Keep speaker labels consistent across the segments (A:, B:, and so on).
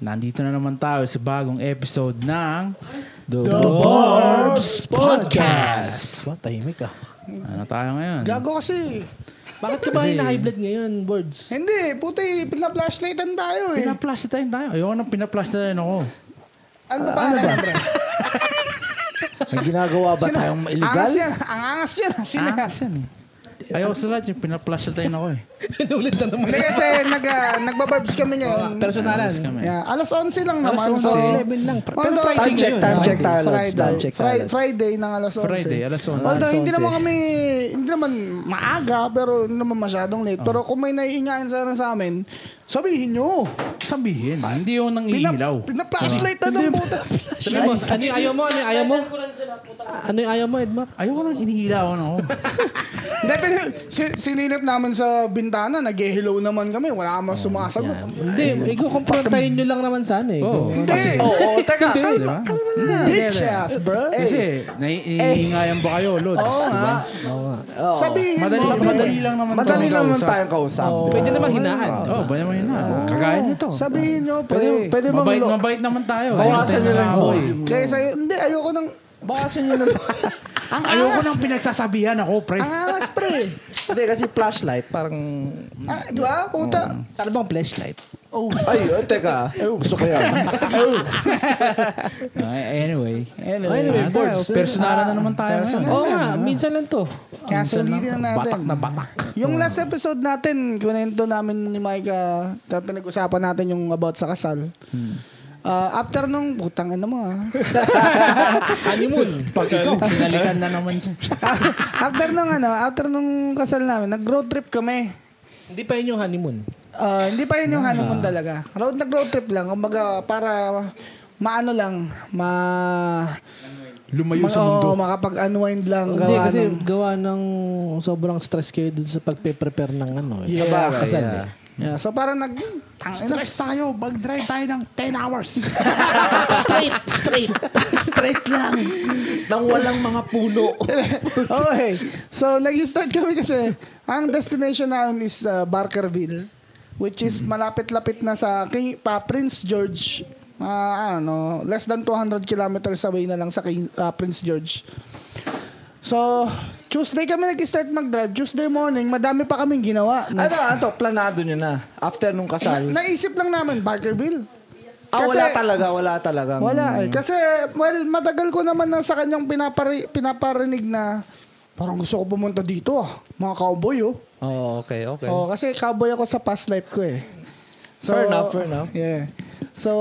A: Nandito na naman tayo sa bagong episode ng The,
B: Borbs Podcast.
C: Ba, tahimik ah.
A: Ano tayo ngayon?
B: Gago kasi.
C: Bakit ka ba
A: Kasi-
C: high blood ngayon, Borbs?
B: Hindi, puti, pinaflashlightan tayo eh.
A: Pinaplas na tayo tayo. Ayoko nang pinaplas na tayo ako.
B: ano ba ano yan, bro?
D: May ginagawa ba
B: Sino-
D: tayong
B: Angas
D: illegal?
B: yan. Ang angas yan. Sino
A: Ah,
B: yan?
A: kasi yan eh. Ayoko sa lahat yung pinaplas na tayo ako eh.
C: Pinulit na naman.
B: Hindi kasi nag, ah, nagbabarbs kami ngayon.
C: Personalan.
A: Alas kami.
B: Yeah, alas 11 lang naman.
C: Alas 11,
B: So,
C: 11 lang. Pero
B: although-
C: Friday Time check, ngayon. time
D: check tayo, Lods.
B: Friday,
D: Time check tayo,
B: Fri-
D: Lods.
B: Friday ng alas 11.
A: Friday, alas 11.
B: Although
D: Alas
B: hindi naman
D: 11.
B: kami, hindi naman maaga, pero hindi naman masyadong late. Pero kung may naiingaan sana sa amin, sabihin nyo.
A: Sabihin, hindi yung nang
B: Pina-
A: iilaw.
B: Pina-flashlight na ng puta.
C: Sabi mo, ano yung ayaw mo? Ano yung ayaw mo? Ano yung ayaw mo, Edmar?
A: Ayoko nang inihilawan ako.
B: Hindi, pero si- sinilip namin sa bintana, nag-hello naman kami, wala kang sumasagot.
C: Hindi, ikukumprontahin nyo lang naman sana eh.
A: Oo.
B: Hindi,
D: Oo, teka.
A: Di ba?
B: bitch ass, bro.
A: Eh, Kasi, naiingayan ba kayo, Lods?
B: Eh. Oo
A: Di ba?
B: nga. Sabihin
A: oh, Madali,
B: mo,
A: madali lang naman
D: Madali
A: tayong
D: lang naman
A: kausap.
D: tayong kausap.
C: Pwede namang hinaan.
B: Ah.
A: Oo, oh, ba naman yun na? Kagaya nito.
B: Sabihin nyo,
D: Pwede,
B: pre.
D: pwede bang
A: Mabait,
D: lo-
A: mabait naman tayo.
D: bawasan nyo lang boy.
B: Kaya sa'yo, hindi, ayoko nang,
D: Bawasan nyo lang.
B: ang
A: Ayoko
B: angas,
A: nang pinagsasabihan ako, pre.
B: ang angas, pre.
D: Hindi, kasi flashlight, parang...
B: Ah, di ba,
A: Oh.
B: puta?
C: Sana bang flashlight?
D: Ay, oh, teka. Ay, gusto ko yan.
A: Ah, anyway. Ah,
C: Anyway,
A: Ano,
C: Borbs.
A: personalan na naman tayo
B: personal.
A: ngayon. eh.
C: Oo nga, minsan lang to.
B: Kaya sulitin na natin.
A: Batak Oh. na batak.
B: Yung last episode natin, kunento namin ni Micah, tapos pinag-usapan natin yung about sa kasal.
A: Hmm.
B: Ah, after nung, putang ina mo ah.
C: Honeymoon.
A: Pag ikaw, pinalikan na naman yun.
B: after nung ano, after nung kasal namin, nag road trip kami.
C: Hindi pa yun yung honeymoon.
B: Ah, hindi pa yun yung honeymoon talaga. Road nag road trip lang, kumbaga para maano lang, ma
A: Lumayo sa
B: ma-
A: mundo.
B: oo, makapag-unwind lang
C: Hindi,
B: gawa
C: kasi
B: ng
C: gawa ng sobrang stress kayo dun sa pagpe-prepare ng ano. eh.
B: Yeah,
C: Sa kasal
D: yeah.
C: eh.
B: Yeah, so para nag tangina.
A: Stress tayo. Mag-drive tayo ng 10 hours.
C: Straight, straight.
D: Straight lang. Nang walang mga puno.
B: okay. So nag-start kami kasi ang destination namin is uh, Barkerville which is
D: Mm-hmm.
B: malapit-lapit na sa King, pa Prince George. Ah, ano, less than 200 kilometers away na lang sa King, ah, Prince George. So, Tuesday kami nag-start mag-drive. Tuesday morning, madami pa kaming ginawa.
D: ano, ano, planado nyo na. After nung kasal.
B: Na- naisip lang namin, Barkerville.
D: Ah, wala talaga, wala talaga.
B: Wala eh. Kasi, well, matagal ko naman na sa kanyang pinapari, pinaparinig na parang gusto ko pumunta dito ah. Mga cowboy oh.
D: Oh, okay, okay.
B: Oh, kasi cowboy ako sa past life ko eh. So,
D: Fair enough, fair enough.
B: Yeah. So,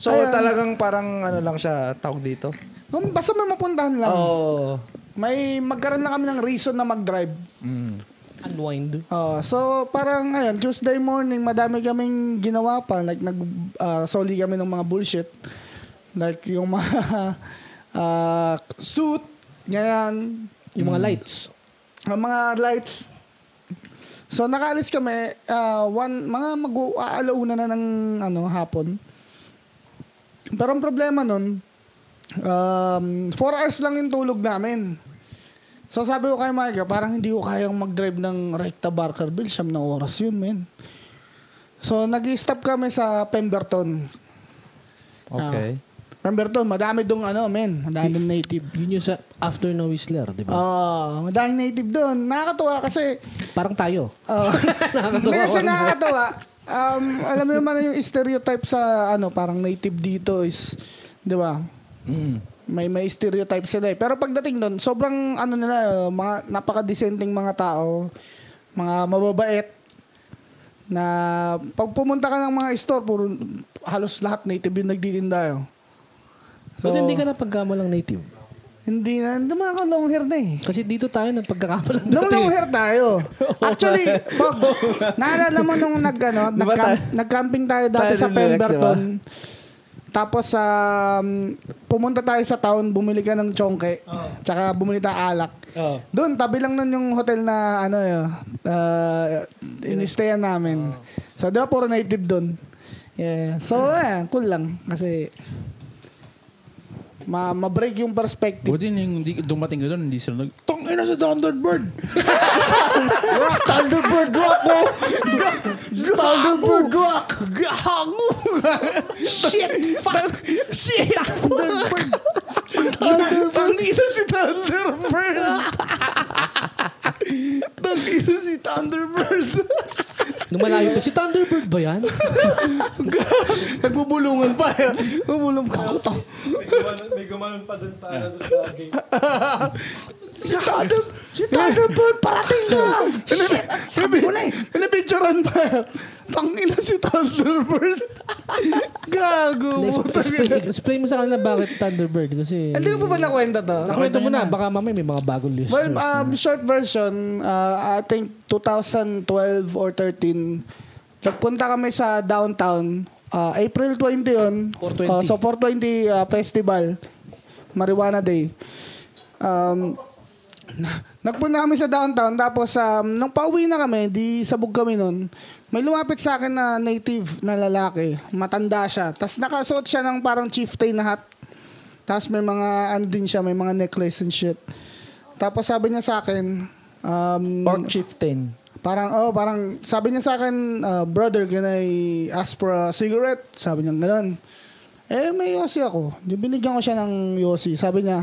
D: So,
B: ayun.
D: talagang parang ano lang siya, tawag dito?
B: Kung basta may mapuntahan lang.
D: Oh.
B: May magkaroon lang kami ng reason na mag-drive.
C: Unwind.
B: Oh, so parang ayun, Tuesday morning, madami kaming ginawa pa. Like, nag, ah, soli kami ng mga bullshit. Like, yung mga ah, suit, ganyan,
C: Yung
B: Hmm.
C: mga lights.
B: ang mga lights. So nakaalis kami ah, one mga mag-aalauna na ng ano hapon. Pero ang problema nun, um, four hours lang yung tulog namin. So sabi ko kay Micah, parang hindi ko kayang mag-drive ng Recta Barkerville. Siyam na oras yun, men. So nag stop kami sa Pemberton. Ah,
D: Okay.
B: Pemberton, madami dong ano, men. Madami native.
C: Yun yung sa after na Whistler, di ba?
B: Ah, madami native doon. Nakakatuwa kasi
C: Parang tayo.
B: Oh.
C: Nakakatawa.
B: Hindi kasi nakakatawa. Um, alam mo naman yung stereotype sa ano, parang native dito is, di ba? Hmm. May may stereotype sila eh. Pero pagdating doon, sobrang ano nila, eh, mga napaka-decenting mga tao, mga mababait na pag pumunta ka ng mga store, puro halos lahat native yung nagtitinda. eh.
C: So, hindi ka na pagkamalang native.
B: Hindi na, hindi mga long hair na eh.
C: Kasi dito tayo nagpagkakamalang
B: Nung long
C: dati.
B: hair tayo. Actually, Bob, naalala mo nung nag, ano,
D: Di ba
B: nag-camp-
D: tayo-
B: nag-camping tayo dati
D: tayo
B: sa
D: nung direct,
B: Pemberton. Tapos, um, pumunta tayo sa town, bumili ka ng chongke. Tsaka bumili tayo alak.
D: Oh.
B: Doon, tabi lang nun yung hotel na, ano, uh, inistayan namin.
D: Oh.
B: So, di ba, puro native doon. Yeah. So, eh, cool lang. Kasi, ma- ma-break yung perspective.
A: Buti nung hindi- dumating ko doon, hindi sila nag... Tong ina sa Thunderbird. Thunderbird rock mo. Thunderbird rock. Gahango. Shit. Fuck. Shit. Thunderbird. Tangina si Thunderbird. Tangina si Thunderbird.
C: Lumalayo pa. Si Thunderbird ba yan?
A: Nagbubulungan pa. eh. Bubulong ka ko to.
E: may, gumanon, may gumanon pa dun sa, ano, dun sa gate.
A: Si Thunder, si Thunderbird, parating na! Shit, sabi ko na eh.
B: Pinipicturan pa. Tangina si Thunderbird. Gago.
C: Explain,
B: putang ina.
C: explain, explain mo sa kanila bakit Thunderbird kasi...
B: Hindi ko pa ba nakwenta to?
C: Nakwento mo na, baka mamaya may mga bagong listeners.
B: Well, um, short version, uh, I think 2012 or 13, nagpunta kami sa downtown. Uh, April 20 yun.
C: 420.
B: Uh, so 420 uh, festival. Marijuana Day. Um, nagpunta kami sa downtown. Tapos, um, nung pauwi na kami, di sabog kami nun, may lumapit sa akin na native na lalaki. Matanda siya. Tapos nakasuot siya ng parang chieftain na hat. Tapos may mga, ano din siya, may mga necklace and shit. Tapos sabi niya sa akin, um,
A: chieftain.
B: parang, oh, parang, sabi niya sa akin, uh, brother, can I ask for a cigarette? Sabi niya ganun. Eh, may yosi ako. Di Binigyan ko siya ng yosi. Sabi niya,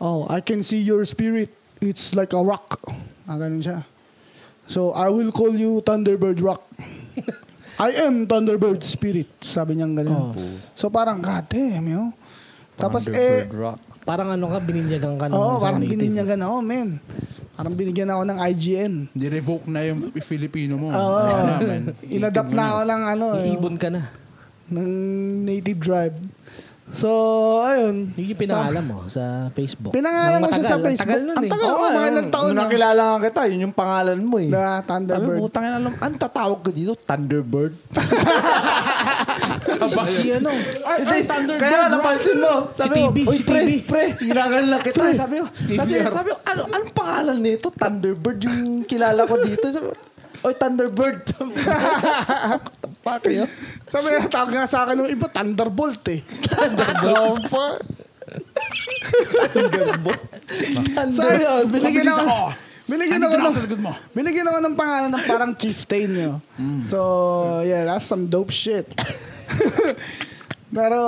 B: oh, I can see your spirit. It's like a rock. Ah, ganun siya. So, I will call you Thunderbird Rock. I am Thunderbird Spirit. Sabi niya ganun.
C: Oh.
B: So, parang, god damn, yo. Tapos, eh,
A: rock.
C: parang ano ka, bininyagan ka naman
B: Oo,
C: sa
B: parang
C: native.
B: bininyagan ako, men. Oh, Parang binigyan ako ng IGN.
F: Di-revoke na yung Filipino mo. Ano
B: Oo.
F: na, man.
B: Inadapt na ako ng ano, eh,
C: Iibon ka na.
B: ng native drive. So, ayun.
C: Yun yung pinangalan mo sa Facebook.
B: Pinangalan
C: Nang
B: ko siya sa
C: matagal.
B: Facebook.
C: Ang tagal nun
B: Ang
D: Ano,
C: eh.
B: tagal, oh, mga ilang taon
A: Nung
B: na.
A: nakilala nga kita, yun yung pangalan mo eh.
B: Na
A: Sabi,
B: Thunderbird.
A: putang ina, alam- ang tatawag ko dito, Thunderbird.
C: Si ano?
B: Ay, ay, Thunderbird.
A: Kaya napansin mo.
C: Si
A: Sabi ko,
C: TB,
A: "Uy,
C: si
A: pre,
C: TB."
A: pre, ginagano lang kita. Sabi ko,
F: TB
A: kasi
F: harap.
A: sabi ko, ano, anong pangalan nito? Thunderbird yung kilala ko dito. Sabi ko, Oy, Thunderbird. Sabi ko, Fuck yun.
B: Sabi na, tawag nga sa akin ng iba, Thunderbolt eh. Ano Thunderbolt? so, ayun, binigyan
F: Mabilis
B: ako.
F: ako.
B: Binigyan
F: Ano
B: ako, ng,
F: tinasagot mo?
B: binigyan ako ng pangalan ng parang chieftain nyo. So, yeah, that's some dope shit. Pero,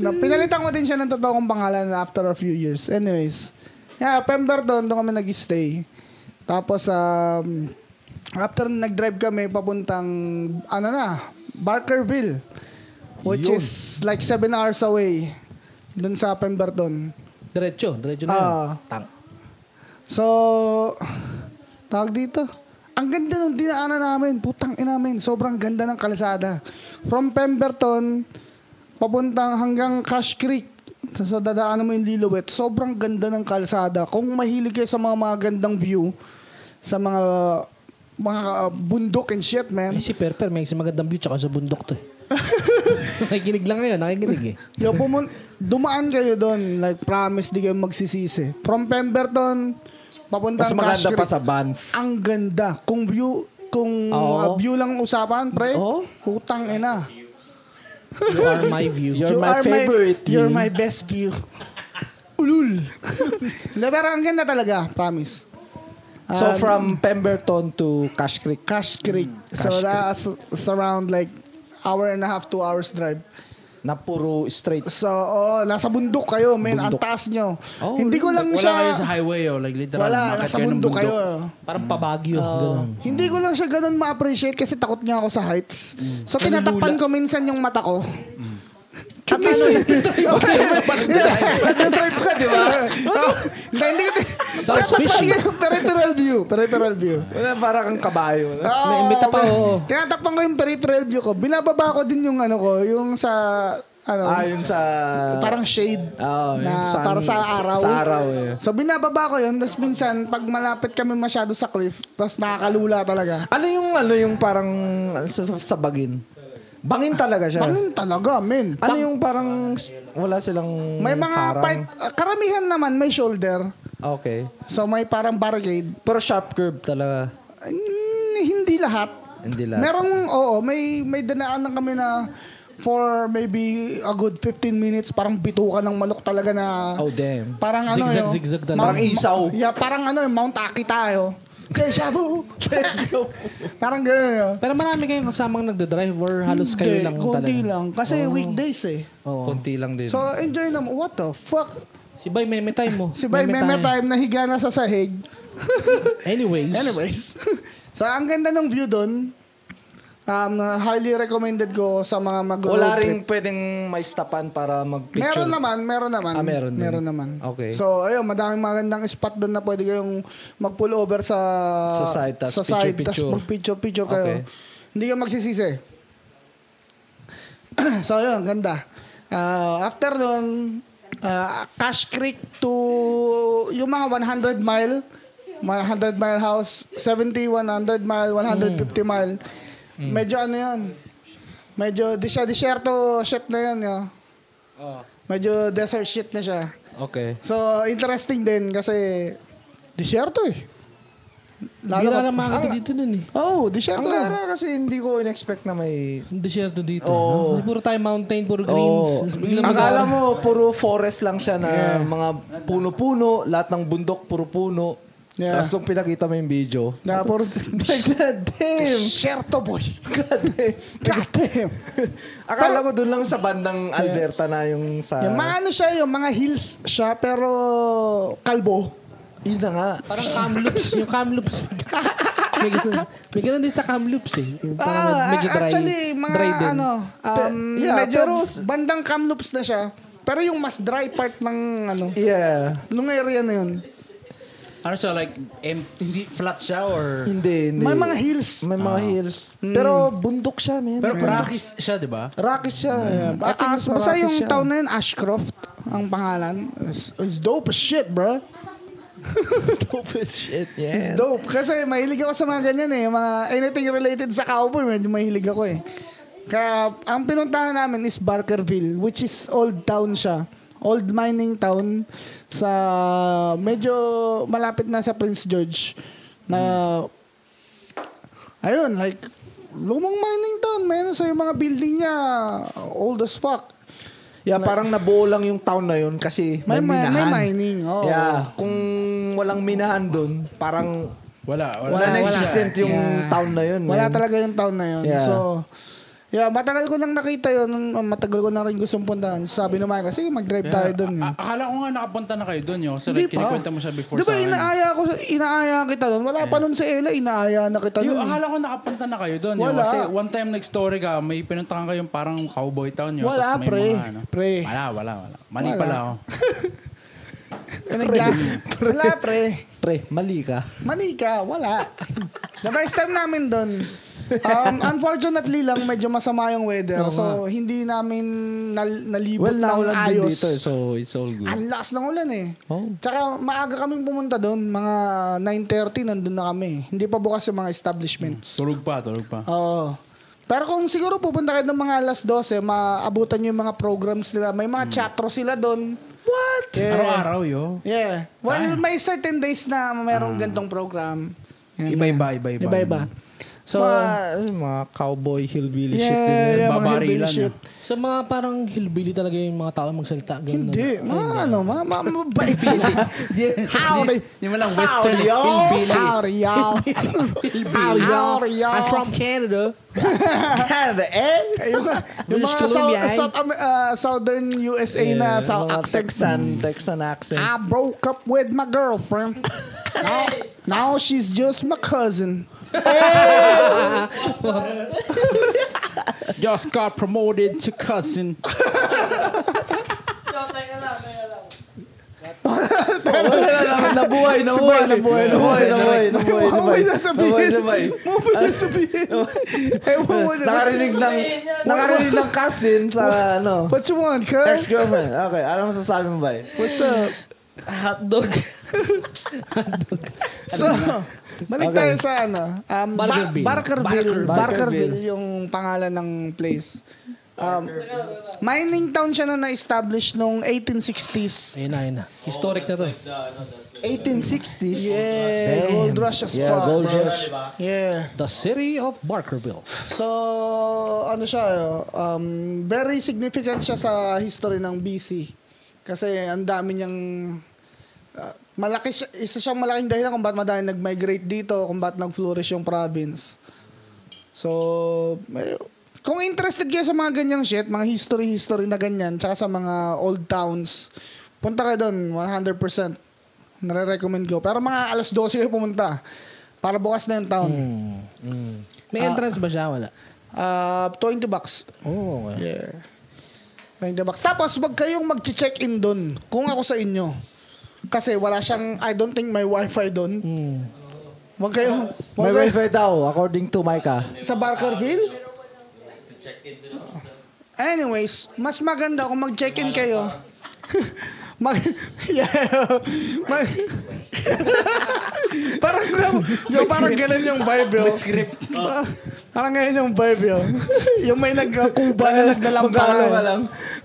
B: na, pinalitan ko din siya ng totoong pangalan after a few years. Anyways, yeah, Pember doon, doon kami nag-stay. Tapos, um, after nag-drive kami papuntang, ano na, Barkerville. Which
F: Yun.
B: is like 7 hours away. Doon sa Pemberton.
C: Diretso, diretso na
B: Ah.
C: yun. Tang.
B: So, tawag dito. Ang ganda ng dinaanan namin. Putang ina namin. Sobrang ganda ng kalsada. From Pemberton, papuntang hanggang Cash Creek. So, dadaanan mo yung Lilowet. Sobrang ganda ng kalsada. Kung mahilig kayo sa mga magandang view, sa mga mga uh, bundok and shit, man.
C: Eh, si Perper, may isang magandang view tsaka sa bundok to eh. nakikinig lang ngayon, nakikinig eh.
B: Yo, pumun- dumaan kayo doon. Like, promise, di kayo magsisisi. From Pemberton,
A: Mas
B: papuntang Cash
A: maganda
B: Creek.
A: pa sa Banff.
B: Ang ganda. Kung view, kung
A: Oo.
B: uh, view lang usapan, pre,
A: Oo.
B: putang ina.
C: You are my view.
A: You're my favorite.
B: you're my best view. Ulul. Hindi, pero ang ganda talaga, promise.
A: So
B: Um,
A: from Pemberton to Cash Creek.
B: Cash Creek.
A: Mm,
B: so, that's it's around like hour and a half, two hours drive.
A: Na puro straight.
B: So, oo, nasa bundok kayo, men. Ang
A: Bundok.
B: taas nyo.
A: Oh,
B: Hindi ko lang
F: Wala
B: siya...
F: kayo sa highway, oh. Like, literal.
B: wala,
F: umakyat
B: nasa
F: ng
B: bundok
F: bundok.
B: kayo.
C: Parang pabagyo. ganun.
B: Hindi ko lang siya ganun ma-appreciate kasi takot niya ako sa heights. So, tinatakpan ko minsan yung mata ko. At ano, Nag-drive ka, di ba? Hindi, hindi ko.
C: Sounds
B: Pero-
C: fishy.
B: Peripheral view. Peripheral view.
A: Wala, para kang kabayo. Na?
B: Oo,
C: Naimbita pa,
B: okay.
C: oo.
B: Tinatakpan ko yung peripheral view ko. Binababa ko din yung ano ko, yung sa, ano,
D: Ah,
A: Ayon Ah, sa...
B: parang shade.
A: Oo, yung
B: na
A: sun-
B: para sa araw.
A: oh, Sa araw, eh.
B: So binababa ko yun, tapos minsan pag malapit kami masyado sa cliff, tapos nakakalula talaga.
A: Ano yung ano yung parang sa, sa, sa bagin? Bangin talaga siya.
B: Pangin talaga,
A: Ano
B: men. Pag-
A: yung parang s- wala silang
B: may mga
A: harang?
B: part, uh, karamihan naman may shoulder.
A: Okay.
B: So may parang barricade.
A: Pero sharp curve talaga.
B: Mm, hindi lahat.
A: Hindi lahat.
B: Merong, oo, may, may danaan lang kami na for maybe a good 15 minutes, parang bituka ng manok talaga na...
A: Oh, damn.
B: Parang ano
A: Zigzag,
B: yun.
A: zigzag talaga.
B: ma-
D: Parang isaw.
B: ma- yeah, parang ano yun, Mount Aki tayo. Deja vu. parang gano'n yun.
C: Pero marami kayong kasamang nagdadrive or halos kayo
B: Hindi,
C: lang talaga.
B: konti lang. Kasi weekdays eh.
C: Oo.
A: Konti lang din.
B: So, enjoy naman. What the fuck?
C: Si Bay, meme time mo.
B: Si Bay Meme Time nahiga na sa sahig.
C: Anyways.
B: Anyways. so, ang ganda ng view doon. Um, highly recommended ko sa mga mag
D: Wala rin pwedeng may stopan para mag-picture.
B: Meron naman, meron naman.
D: Ah, meron din.
B: naman.
D: Okay.
B: So, ayun, madaming magandang spot doon na pwede kayong mag-pull over sa...
D: Sa side, tas
B: sa side, tas
D: picture-picture.
B: mag-picture-picture kayo.
D: Okay.
B: Hindi ka magsisisi. so, ayun, ganda. Ah, after nun, ah, Cash Creek to yung mga 100 mile, 100 mile house, 70, 100 mile, 150
D: Mm.
B: mile. Medyo ano yun, medyo di siya disyerto shit na yun. Yo.
D: Oh.
B: Medyo desert shit na siya.
A: Okay.
B: So, interesting din kasi disyerto eh.
C: Hindi na
B: ka-
C: lang makakita dito nun eh.
B: Oh, disyerto.
D: Ang gara kasi hindi ko in-expect na may...
C: Ang Desierto dito.
D: Oo.
C: Kasi puro tayo mountain, puro greens. Tapos biglang mag-
D: Akala mo, puro forest lang siya na mga puno-puno, lahat ng bundok, puro puno.
B: Yeah.
D: Tapos nung pinakita mo yung video,
B: Na puro
D: like, damn!
B: disyerto boy.
D: God damn.
B: God damn.
D: Akala ko dun lang sa bandang Alberta na yung sa...
B: yung mga ano siya, yung mga hills siya pero kalbo.
D: Yun na nga.
C: Parang Kamloops. yung Kamloops. may, ganun, may ganun din sa Kamloops eh. Yung parang medyo
B: ah,
C: dry.
B: actually, mga
C: dry din.
B: ano, um,
D: Pe- yeah,
B: medyo
D: pero-
B: bandang Kamloops na siya. Pero yung mas dry part ng ano,
D: Yeah.
B: nung area na yun.
A: Ano siya, like, em- hindi flat siya or...
D: Hindi, hindi.
B: May mga hills. Ah. Hmm.
D: May mga hills. Pero bundok siya, man.
A: Pero Rockies siya, di ba?
D: Rocky siya.
B: Ah,
D: I think
B: ah,
D: nasa
B: basta
D: Rocky
B: yung
D: siya.
B: town na yun, Ashcroft, ang pangalan. It's, it's dope as shit, bro.
D: dope as shit, yeah.
B: It's dope. Kasi mahilig ako sa mga ganyan eh. Mga anything related sa cowboy, medyo mahilig ako eh. Kaya ang pinuntahan namin is Barkerville, which is old town siya. Old mining town sa medyo malapit na sa Prince George. Na ayun, like lumang mining town, man. So yung mga building niya, old as fuck.
D: Yeah, parang nabuo lang yung town na yun kasi
B: May,
D: may,
B: may,
D: minahan.
B: may mining, oo.
D: Yeah, kung walang minahan dun, parang
A: Wala, wala.
D: wala, na existent yung
B: Yeah.
D: town na yun.
B: Wala
D: man.
B: talaga yung town na yun.
D: Yeah.
B: So, yeah, matagal ko nang nakita yun. Matagal ko na rin gustong puntahan. Sabi naman, kasi mag-drive tayo doon.
A: A- a- akala ko nga nakapunta na kayo doon, yo. So, like, kinikwenta mo siya before
B: Di ba
A: sa akin.
B: inaaya, ko, inaaya kita doon? Wala pa nun si Ella, inaaya na kita
A: Yo,
B: doon.
A: akala ko nakapunta na kayo doon.
B: Wala.
A: Wala. Kasi one time nag-story ka, may pinuntahan kayong parang cowboy town yun. tas
B: Wala,
A: may
B: pre.
A: Mga, ano.
B: Pre.
A: Wala, wala, wala. Mali
B: Wala.
A: pala ako.
B: Wala, wala pre.
D: Pre, mali ka.
B: Manika, wala. The first time namin doon, um, unfortunately lang, medyo masama yung weather. So, hindi namin nal- nalibot
D: Well,
B: ng
D: naulan din
B: ayos.
D: dito, eh, so it's all good.
B: Ang lakas ng ulan eh.
D: Oh.
B: Tsaka maaga kaming pumunta doon, mga 9.30 nandun na kami. Hindi pa bukas yung mga establishments.
A: Tulog pa, tulog pa.
B: Oo. Pero kung siguro pupunta kayo ng mga alas 12, maabutan nyo yung mga programs nila. May mga chatro sila doon. What?
A: Araw-araw, yo.
B: Yeah. Well, may certain days na merong gantong program.
A: Iba-iba, iba-iba.
B: Iba-iba.
D: So,
B: So,
D: mga, mga cowboy hillbilly
B: yeah,
D: shit din. yun.
B: yeah, mga
A: Babarilan eh.
B: hillbilly
A: yan.
B: shit.
C: So mga parang hillbilly talaga yung mga tao magsalita. Ganun.
B: Hindi. Mga ano, mga mga mabait sila. Howdy.
A: Yung walang western
B: Howdy, y'all.
A: hillbilly.
B: Howdy, y'all. Howdy, y'all.
C: I'm from Canada.
B: Canada, eh? Yung, yung
C: British
B: mga
C: Columbia,
B: South,
C: eh.
B: South, Am- ah, Southern USA na South
D: mga
B: accent.
D: Texan, Texan accent.
B: I broke up with my girlfriend. now, now she's just my cousin.
A: Just got promoted to cousin.
G: Teka lang, teka lang.
D: Wala na, nabuhay, nabuhay, nabuhay, nabuhay, nabuhay,
B: Huwag
D: nabuhay, nabuhay,
B: na
D: nabuhay,
B: sabihin.
D: nabuhay.
B: Huwag na sabihin. Ewan mo na.
D: Nakarinig ng, nakarinig ng cousin sa, ano,
B: What you want, cuz?
D: ex-girlfriend. Okay, ano masasabi mo ba?
B: What's up?
G: Hotdog.
B: So, balik
D: Okay.
B: tayo sa ano. Um, Barkerville.
C: Barkerville.
B: Barkerville.
D: Barkerville.
B: Barkerville yung pangalan ng place. Um, mining town siya na na-establish noong 1860s.
C: Ayun na, ayun na. Historic na to. eh.
H: The, ano, the slave.
D: 1860s.
B: Yeah,
C: Damn.
B: gold rush as
D: Yeah,
B: fuck.
D: gold
B: bro.
D: rush.
B: Yeah.
C: The city of Barkerville.
B: So, ano siya, um, very significant siya sa history ng BC. Kasi ang dami niyang, ah, malaki siya, isa siyang malaking dahilan kung ba't madami nag-migrate dito, kung ba't nag-flourish yung province. So, may- kung interested kayo sa mga ganyang shit, mga history-history na ganyan, tsaka sa mga old towns, punta kayo doon, 100%. Nare-recommend ko. Pero mga alas 12 kayo pumunta para bukas na yung town.
C: May entrance ba siya? Wala.
B: Ah, 20 bucks.
C: Oh, okay.
B: Yeah. 90 bucks. Tapos, wag kayong mag-check-in doon. Kung ako sa inyo. Kasi wala siyang, I don't think may wifi doon. Wag kayong, wag
D: May
B: kayo-
D: wifi daw, according to Micah.
B: sa Barkerville? Ah. Anyways, mas maganda kung mag-check-in kayo. Mag yeah. Mag parang yung parang ganun yung vibe yun. Parang, parang ganun yung vibe yun. yung may nagkuba na
D: Magkakalo ka
B: nagdalampara.
D: lang.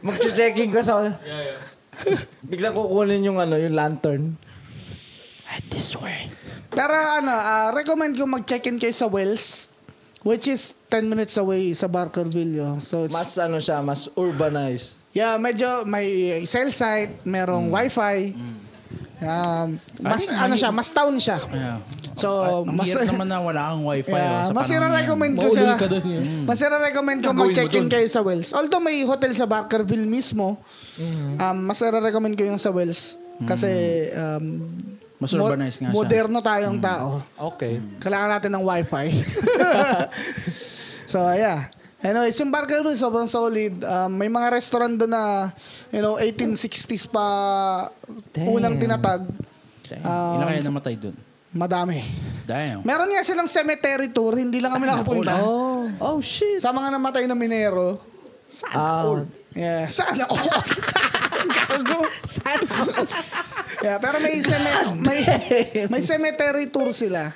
D: Mag-checking ka sa... Biglang kukunin yung ano, yung lantern.
B: Pero ano, ah, recommend ko mag-check-in kayo sa Wells which is 10 minutes away sa Barkerville yun. So it's
D: Mas ano siya, mas urbanized.
B: Yeah, medyo may cell site,
A: Mm.
B: merong wifi. Um, mas ano siya, mas town siya.
A: Yeah.
B: So,
A: Ang
B: mas
A: hirap naman na wala kang wifi.
B: Oh, Yeah,
A: oh, sa
B: mas
A: panahon na yan.
B: recommend ko
C: Maulol
B: siya.
C: ka dun yun.
B: Mas recommend ko
A: Gagawin mo
B: mag-check-in
A: dun.
B: kayo sa Wells. Although may hotel sa Barkerville mismo,
A: Mm-hmm.
B: um, mas recommend ko yung sa Wells. Kasi um,
A: Mas
B: mo-
A: urbanized nga siya. Mm.
B: Moderno tayong tao.
D: Okay.
B: Kailangan natin ng wifi. so, yeah. Anyways, yung burger doon sobrang solid. Um, may mga restaurant doon na, you know, 1860s pa unang tinatag.
A: Damn.
B: Um,
A: Ilan kaya namatay dun?
B: Madami.
A: Damn.
B: Meron nga silang cemetery tour, hindi lang kami nakapunta.
D: Oh, shit.
B: Sa mga namatay na minero.
D: Ah,
B: Yeah. Sana ako. Gago. Sana all. yeah, pero may, ceme- may, may cemetery tour sila.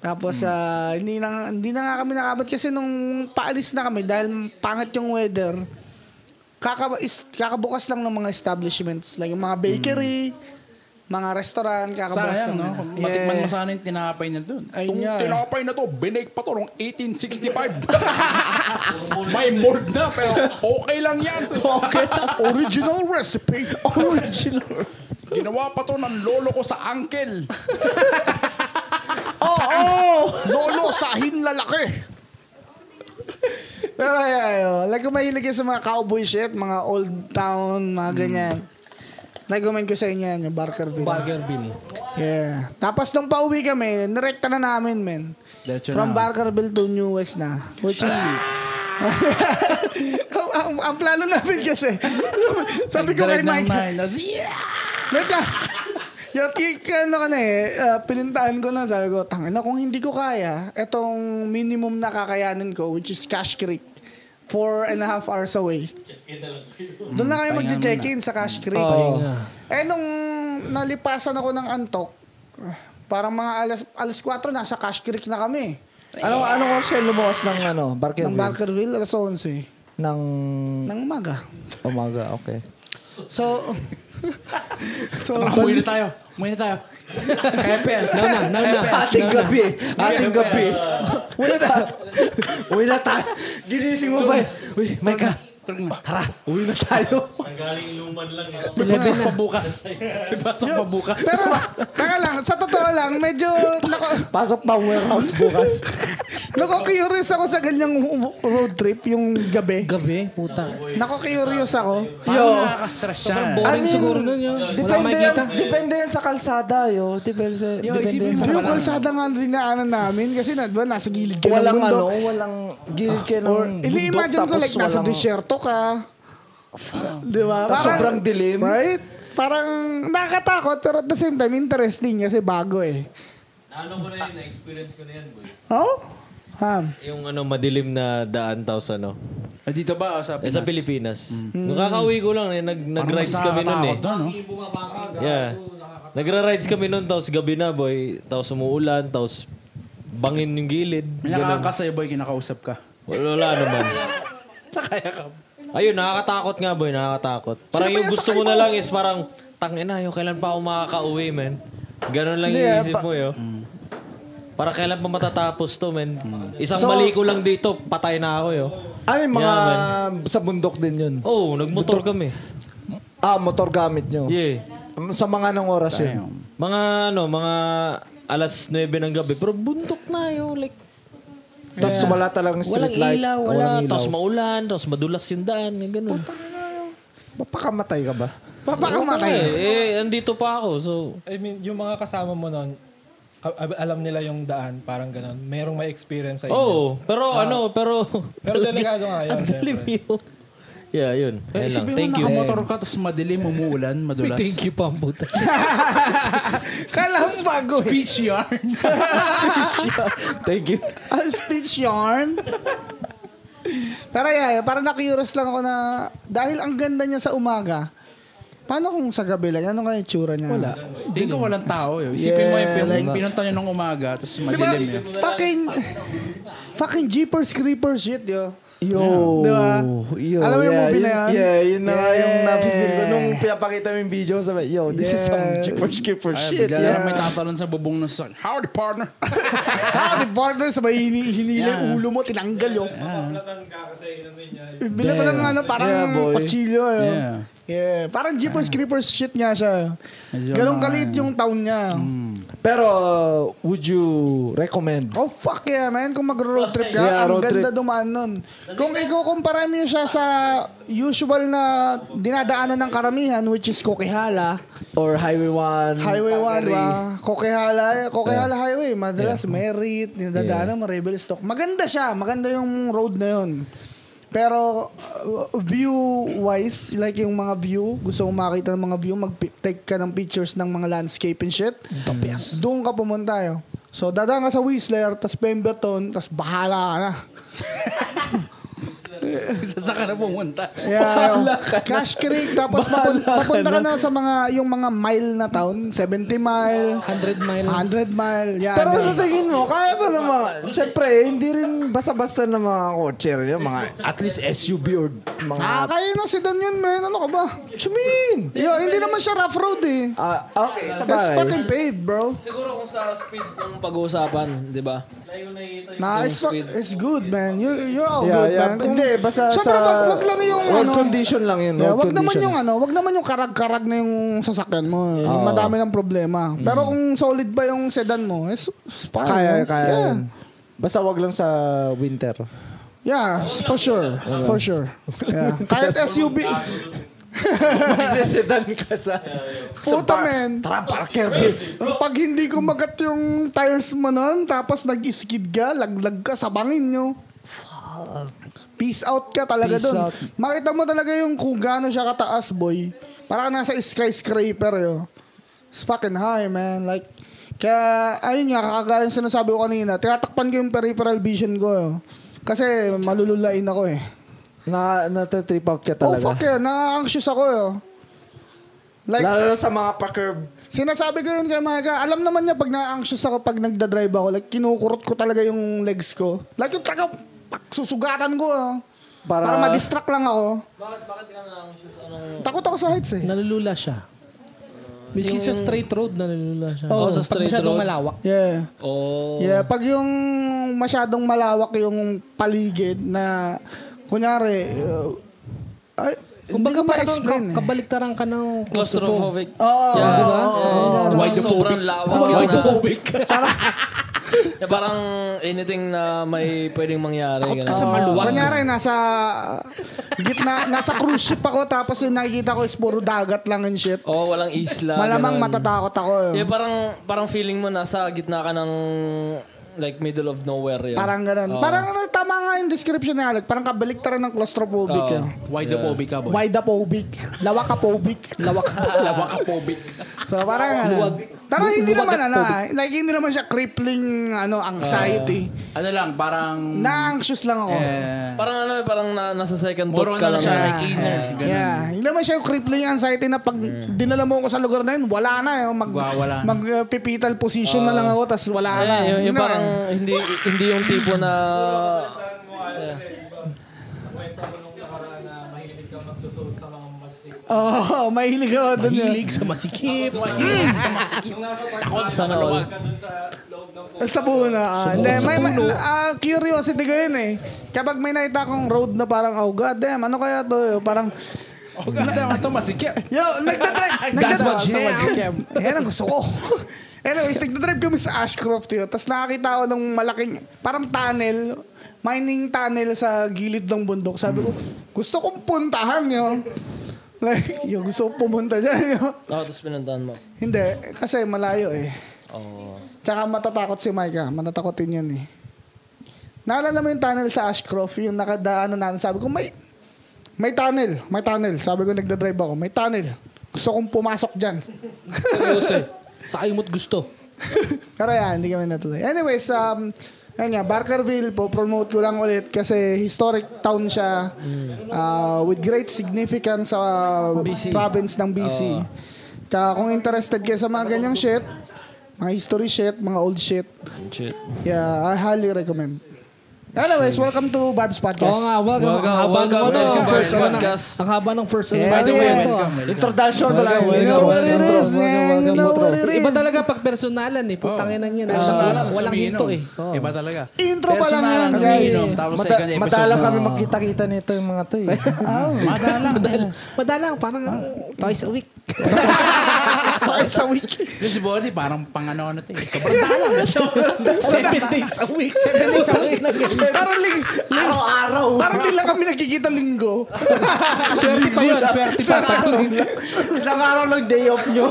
B: Tapos ah, hindi na hindi na nga kami nakabot kasi nung paalis na kami dahil pangit yung weather. Kaka is, kakabukas lang ng mga establishments like yung mga bakery, mga restaurant kakabukas
A: Sayang, no?
B: lang.
A: Kung
B: nila.
A: Matikman mo
B: Yeah.
A: sana yung tinapay na dun.
B: Eh,
A: Itong
B: Ayun nga.
A: tinapay na to, binake pa to noong 1865. May mold na, pero okay lang yan.
B: Original recipe. Original.
A: Ginawa pa to ng lolo ko sa uncle.
B: Lolo sa hinlalaki. Pero ay, ayo. Like kung mahilig kayo sa mga cowboy shit, mga old town,
A: Hmm.
B: mga ganyan. Recommend ko sa inyo yan, yung Barkerville.
C: Barkerville.
B: yeah. Tapos nung pauwi kami, nirekta na namin, men.
A: Diretso na.
B: From
A: Ah.
B: Barkerville to New West na. Which is... ang, ang, ang plano namin kasi, sabi ko kay Mike, Wait lang. Yung kick, ano ka na eh, ah, pinintaan ko na, sabi ko, tangin na, kung hindi ko kaya, etong minimum na kakayanin ko, which is Cash Creek, four and a half hours away. Doon na kayo
A: Pahinga
B: mag-check-in sa Cash Creek.
D: Oo.
B: Eh, nung nalipasan ako ng antok, ah, parang mga alas, alas 4, nasa Cash Creek na kami.
D: ano ano ko siya lumuwas ng ano,
B: Ng
D: Barkerville?
B: Barkerville, alas 11.
D: Ng
B: Ng umaga.
D: umaga, okay.
B: So, so,
A: Umuwi na tayo. Umuwi na tayo. ano?
C: Now na, now na.
D: Ating gabi, ating gabi. Uwi na tayo. Uwi na tayo. Ginising mo ba? yun? Uy, Micah. Tara, uwi na tayo.
I: Nanggaling luman lang. eh.
A: Ipasok pa bukas. Ipasok pa bukas.
B: pero, teka lang, sa totoo lang, medyo, nako,
D: Pasok pa ang warehouse bukas.
B: Nako-curious ako sa ganyang u- road trip yung gabi.
C: Gabi, puta.
B: Nako-curious ako. Ano
A: Parang nakaka-stress siya. eh.
C: Boring
D: I mean,
C: siguro nun yun. Wala
D: Depende yan,
C: makikita.
D: depende yan sa kalsada, yo. Depende, sa-
C: Yo,
D: depende
C: isipin
D: yan sa
C: mo
B: Yung kalsada
D: kalsada.
B: nga rinaanan namin kasi na, diba, nasa gilid ka ng
D: Walang ano,
B: bundok.
D: walang gilid kayo ng
B: Or,
D: bundok,
B: ini-imagine ko
D: tapos
B: like nasa
D: walang-
B: disyerto ka. Di ba?
D: Tapos
B: Parang-
D: sobrang dilim.
B: Right? Parang nakakatakot pero at the same time interesting kasi bago eh.
I: Naano ko na yun, na-experience ko na yan, boy.
B: Oh? Ha?
J: Yung ano, madilim na daan tapos ano.
A: Ah, Dito ba? Sa
J: Eh,
A: Pinas?
J: sa
A: Mm.
J: Pilipinas. Nung kakauwi ko lang, eh, nag, nag-rides kami nun eh.
A: Parang mas nakakatakot dun, no?
J: Yeah. Nagra-rides kami nun, tapos gabi na boy. Tapos umuulan, tapos bangin yung gilid.
A: May nakakasaya boy, kinakausap ka.
J: Wala, wala naman. Ayun, nakakatakot nga boy, nakakatakot. Parang yung gusto mo na lang is parang tangina, yo, kailan pa ako makakauwi, man? Ganun lang
D: Hindi,
J: yung
D: ah,
J: isip
D: pa-
J: mo, yo. Para kailan pa matatapos to, man? Isang mali ko lang dito, patay na ako, yo.
D: Ay, mga
J: Yeah,
D: sa bundok din yun.
J: Oh, nagmotor kami.
D: Ah, motor gamit nyo.
J: Yeah.
D: Um, Sa mga nang oras yun.
J: Mga ano, mga alas 9 ng gabi. Pero buntok na, yo. Like,
D: Tapos wala talagang
J: walang
D: street light.
J: ilaw, wala. Tapos maulan, tapos madulas yung daan, ganun.
D: Mapakamatay ka ba?
B: Papakamatay.
J: Eh, eh, andito pa ako, so...
K: I mean, yung mga kasama mo nun, ka- alam nila yung daan, parang ganun. Merong may experience sa inyo.
J: Oo, oh, pero ano, pero...
K: Pero delikado nga yun,
J: Ang dilim yun. Yeah, yun.
A: Eh,
J: Ayun lang.
A: isipin
J: Thank
A: mo
J: you.
A: nakamotor ka tapos madilim, umuulan, madulas.
C: Thank you, pambuta.
B: Kala mo bago eh.
A: Speech yarns.
D: Thank you.
B: Ah, speech yarn. Pero yeah, parang na-curious lang ako na dahil ang ganda niya sa umaga, paano kung sa gabi lang? Ano kaya yung tsura niya? Wala.
A: Tingin ko walang tao. Yun. Isipin mo yung pin- pinunta nyo ng umaga tapos madilim. eh. yun.
B: Fucking, fucking jeepers creepers shit, yo.
D: Yo.
B: Di ba?
D: Yo,
B: Alam mo yung
D: yeah,
B: movie na yan?
D: Yeah, yun na nga yung
B: Yeah.
D: napipil ko. Nung pinapakita mo yung video, sabi, yo, this is some
B: Yeah.
D: Jeepers Keeper
A: Ay,
D: shit.
A: bigla na lang
D: Yeah.
A: may tatalon sa bubong ng sasakyan. Howdy, partner.
B: Ha, the partner sa may hini- hinila yung ulo mo, tinanggal yo.
L: Paplatan ka kasi inano niya.
B: Bila ko ng ano, parang
D: Yeah, boy.
B: pachilyo. Yo.
A: Yeah.
B: Yeah. Parang jeepers creepers shit nga siya.
A: Medyo
B: Ganong
A: mga-
B: kalit yung town niya.
D: Pero, uh, would you recommend?
B: Oh, fuck yeah, man. Kung mag-road trip ka,
D: Yeah,
B: ang
D: road
B: ganda
D: trip.
B: dumaan nun. Kung ikukumpara mo siya sa usual na dinadaanan ng karamihan, which is Kokihala,
D: Or Highway 1?
B: Highway 1,
D: Tangeri?
B: ba? Kokihala, Kokihala Highway, madalas Merit, dinadaanan mo, Rebel Stock. Maganda siya, maganda yung road na yun. Pero uh, view-wise, like yung mga view, gusto mo makita ng mga view, mag-take ka ng pictures ng mga landscape and shit. Doon ka pumunta yo. So dadaan ka sa Whistler, tas Pemberton, tas bahala ka na.
A: Isa sa ka na pumunta.
B: Yeah, yo. Cash Creek, tapos mapun- mapunta ka na sa mga, yung mga mile na town, 70 mile,
C: 100 mile.
B: 100 mile, yeah.
D: Pero
B: ganun.
D: sa tingin mo, kaya ba ng mga, siyempre, hindi rin basta-basta ng mga kotse rin, yun, mga, at least SUV or mga,
B: Ah, kaya na sedan yun, man. Ano ka ba?
D: what you mean?
B: Yo, hindi naman siya rough road eh.
D: Ah, okay, sa
B: It's
D: bagay.
B: fucking paved, bro.
G: Siguro kung sa speed ng pag-uusapan, di ba?
B: Nah, it's, fuck, it's good, man. You're, you're all
D: Yeah,
B: good,
D: yeah.
B: man.
D: Hindi, basta
B: Siyempre,
D: sa-
B: wag, wag lang yung
D: road
B: ano.
D: condition lang yun,
B: Yeah,
D: road
B: wag naman
D: condition.
B: yung ano, wag naman yung karag-karag na yung sasakyan mo. Yung Madami ng problema. Pero kung solid ba yung sedan mo, it's, it's fine.
D: Mm. Kaya,
B: man.
D: kaya.
B: ano. Yeah.
D: yun. Basta wag lang sa winter.
B: Yeah, for sure. For sure. Yeah. Kahit SUV.
D: Magsisedan ka sa...
B: Puta, man.
D: Tara, parker. please.
B: Pag hindi kumagat yung tires mo nun, tapos nag-skid ka, laglag ka sa bangin nyo. Peace out ka talaga
D: Peace
B: dun.
D: out.
B: Makita mo talaga yung kung gaano siya kataas, boy. Para ka nasa skyscraper, yo. It's fucking high, man. Like, kaya, ayun nga, kakagaya yung sinasabi ko kanina, tinatakpan ko yung peripheral vision ko, yo. Kasi malululain ako, eh.
D: Na, natatrip out ka
B: Oh, fuck yeah.
D: talaga.
B: Na-anxious ako, yo. Like,
D: Lalo na sa mga pa-curb.
B: Sinasabi ko yun kay Maga, alam naman niya pag na-anxious ako, pag nagda-drive ako, like kinukurot ko talaga yung legs ko. Like yung taga, susugatan ko. ah.
D: Para-
B: Para, ma-distract lang ako.
G: Bakit, bakit ka na Anong...
B: Takot ako sa heights eh.
C: Nalulula siya. Miski sa straight road, nalulula siya.
B: Oo,
G: sa
C: Pag
G: straight
C: masyadong
G: road.
C: malawak.
B: Yeah.
G: Oh.
B: Yeah, pag yung masyadong malawak yung paligid na, kunyari, uh, ay,
C: Kung baga
B: pa
C: parang
B: explain
C: ka-
B: eh.
C: kabaliktaran ka ng claustrophobic.
G: Claustrophobic.
B: Oo.
G: Yeah.
B: oo.
G: Parang Sobrang lawak. yun na. Yeah, parang anything na may pwedeng mangyari. Takot
B: Kasi maluwag. Kunyari, nasa gitna, nasa cruise ship ako tapos yung nakikita ko is puro dagat lang and shit.
G: Oh, walang isla.
B: Malamang
G: ganun.
B: matatakot ako. eh.
G: Yeah, parang parang feeling mo nasa gitna ka ng like middle of nowhere. Yun.
B: Parang ganun. Parang ano, tama nga yung description ni Alec. Parang kabaliktaran ng claustrophobic.
G: Oo.
B: eh.
A: Why the bobby ka, boy?
B: Widaphobic. Lawakaphobic. Lawak.
A: Lawakaphobic.
B: so parang ano. Pero hindi naman ano. Like hindi naman siya crippling ano anxiety.
A: Ano lang, parang...
B: Na-anxious lang ako.
A: eh,
G: Parang ano, parang na, nasa second
A: Moro
G: thought ka
A: na lang ano
G: lang.
A: siya,
G: na-
A: like inner. Ganun.
B: Yeah. Hindi naman siya yung crippling anxiety na pag
G: Mm.
B: dinala mo ako sa lugar na yun, wala na. Yung mag,
A: Wawala na.
B: mag uh, pipital position na lang ako tas wala na.
G: Eh, yung,
B: Yun
G: yung
B: na.
G: parang hindi hindi yung tipo na
L: Kwento ko nung nakaraan na mahilig ka magsusulat
E: doon sa mga masisikip.
B: Oo, oh, mahilig ako doon.
C: Hilig sa masikip.
E: Yung nasa part
C: Sana all.
E: ka doon sa loob ng puno.
B: Sa puna. ah. Hindi, may, may, ah, curiosity ko yun eh. Kapag may nakita akong road na parang, oh god damn, ano kaya to? Parang,
F: Oh, ganda. Ito masikip.
B: Yo,
C: That's
B: nagdadrive. nagdadrive
C: what you
B: ako ng webcam. Yan ang gusto ko. Anyways, nagdadrive kami sa Ashcroft yun. Tapos nakakita ako ng malaking, parang tunnel, mining tunnel sa gilid ng bundok. Sabi ko, gusto kong puntahan yun. Like, yo, gusto kong pumunta dyan yo.
G: Oh, tapos pinuntahan mo.
B: Hindi, kasi malayo eh.
G: Oh.
B: Tsaka matatakot si Micah. Matatakotin yan eh. Naalala mo yung tunnel sa Ashcroft, yung nakadaanan natin. Sabi ko, may, may tunnel, may tunnel. Sabi ko, nagdadrive ako, may tunnel. Gusto kong pumasok dyan.
C: Seryoso eh. Sa kayo mo't gusto.
B: Pero yan, hindi kami natuloy. Anyways, um, ayun nga, Barkerville po, promote ko lang ulit kasi historic town siya uh, with great significance sa
G: BC.
B: province ng BC. Tsaka kung interested kayo sa mga ganyang shit, mga history shit, mga old shit,
G: Shit.
B: Yeah, I highly recommend. Anyways, welcome to Babs Podcast.
C: Oo nga, welcome.
G: Welcome,
C: Ang haba
G: welcome,
C: ng-
G: welcome,
C: first ano,
G: podcast.
C: Ang haba ng first ano.
B: Yeah,
C: By the way,
B: yeah.
C: ito.
B: Introduction pala. You know
C: Welcome,
B: what it
C: welcome,
B: is, man.
C: welcome,
B: You know
C: welcome.
B: what it is.
C: Iba talaga pag personalan eh. Putangin lang yan.
F: Personalan,
C: Ah, Walang
F: sumiinom.
C: hinto eh. Oo.
A: Iba talaga.
B: Intro pa lang yan,
A: Personalan,
B: guys.
A: sumiinom. Tapos second episode
D: madalang
A: na-
D: kami magkita-kita nito yung mga to eh.
C: Madala. Madalang, parang twice a week.
B: Twice a week.
A: Yung si Body, parang pang ano ano to eh.
C: Seven days a week. Seven days a week.
B: Parang ling... Araw-araw. Parang hindi lang kami nagkikita linggo.
C: Swerte pa yun. Swerte pa.
D: Isang araw lang day off nyo.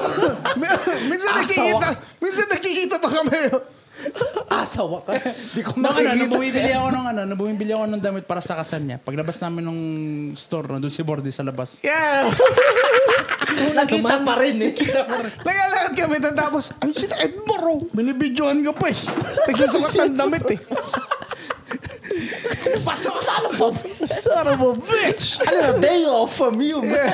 B: minsan nagkikita... Minsan nagkikita pa kami.
D: Asa wakas. Di ko
A: Nung ano, nung
D: makikita
A: bumibili ako ng ano, nung bumibili ako ng damit para sa kasal niya. Paglabas namin ng store, nandun si Bordy sa labas.
B: Yeah.
D: Nakita pa rin eh.
B: Nagalakad kami doon tapos, ang sila Edmore, oh. binibidyohan ka pa eh. Nagsusukat ng damit eh.
D: Sana po.
B: Son of a bitch!
D: Ano na, day off from you. man.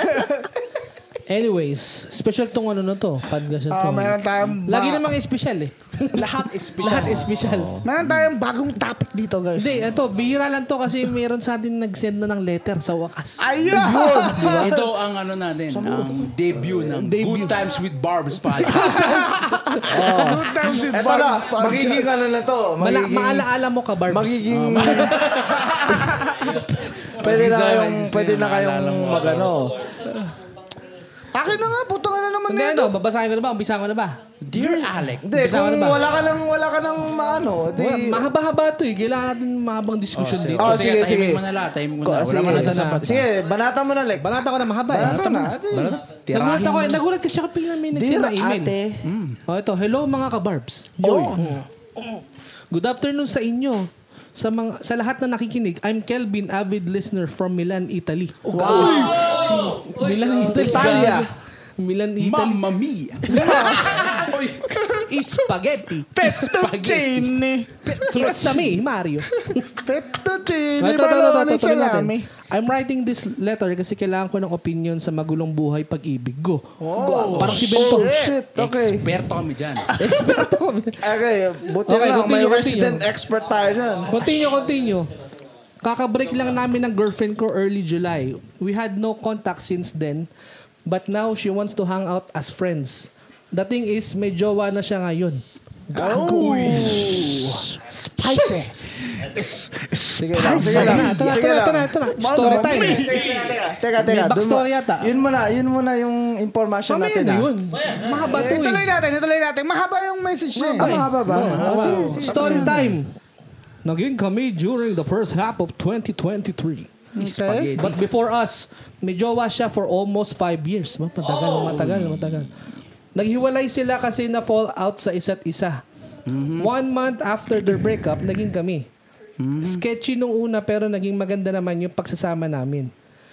C: Anyways, special tong ano na to. Podcast na to.
B: Ah, meron tayong... ba-
C: Lagi namang special eh. Lahat special. Lahat special.
B: Meron tayong bagong topic dito, guys.
C: Hindi, ito, bihira lang to kasi meron sa atin nag-send na ng letter sa wakas.
B: Ayun!
A: Ito ang ano natin, ang debut ng Good Times with Barbs podcast.
B: Good times with
D: Eto na,
B: Barbs
D: magiging
B: podcast.
D: ano na to.
C: Mala,
D: Magiging,
C: maalaala mo ka, Barbs.
D: magiging... Oh, pwede na kayong, pwede na kayong magano.
B: Akin na nga, puto ka na naman
C: Hindi,
B: na
C: ano, babasahin ko na ba? Umpisa ko na ba?
A: Dear Alec,
D: Hindi,
C: Umpisa ko na
D: kung
C: ba?
D: wala ka nang, wala ka nang maano, di...
C: Wala, mahaba-haba to eh. Kailangan natin mahabang discussion dito.
D: Oh,
A: sige, tahimik
D: sige, sige.
A: mo na lahat, tahimik mo
D: Ko-
A: na. Wala
D: sige.
A: man nasasapat.
D: Sige, banata mo na, Lek.
C: Balata ko na mahaba eh.
D: Banata na.
C: Nagulat ako eh. Nagulat kasi ako pignan may nagsend
D: Dear
C: na email.
D: ate.
C: Oh, ito. Hello mga kabarbs. Yo. Good afternoon sa inyo. Sa mga sa lahat na nakikinig, I'm Kelvin, avid listener from Milan, Italy. Milan, Italy.
B: Italia.
C: Milan, Italy.
A: Mamma mia!
C: Spaghetti.
B: Fettuccine!
C: It's a me, Mario.
B: Fettuccine!
C: Ito, ito, ito, ito,
B: Baloney
C: ito, tuloy natin. Oh,
B: salami.
C: I'm writing this letter kasi kailangan ko ng opinion sa magulong buhay pag-ibig. Go. Go. Parang si Bento.
D: Oh, shit. Okay.
A: Experto kami dyan.
D: Okay, buti
C: Okay,
D: lang. May
C: continue,
D: resident expert tayo dyan.
C: Continue, continue. Kakabreak lang namin ng girlfriend ko early July. We had no contact since then. But now she wants to hang out as friends. The thing is, may jowa na siya ngayon.
B: Spicy!
D: Sige lang, sige lang.
C: Ito na,
D: Sige
C: ito na, ito na,
D: lang.
C: ito na.
D: Mga
C: Story
D: sarap.
C: time.
D: Teka, teka. dun
C: backstory
D: mo-
C: yata.
D: Yun muna, yun muna yung information
C: Mamaya
D: natin.
C: na
D: ah.
C: yun. Mahaba to eh.
B: Ituloy natin, ituloy natin. Mahaba yung message niya. eh.
D: Ah, mahaba ba? Ah, sige, sige.
C: Story time. Naging kami during the first half of 2023.
B: Okay.
C: But before us, may jowa siya for almost five years. Ma- Matagal, matagal, matagal. Naghiwalay sila kasi na fall out sa isa't isa. One month after their breakup, naging kami. Sketchy nung una pero naging maganda naman yung pagsasama namin.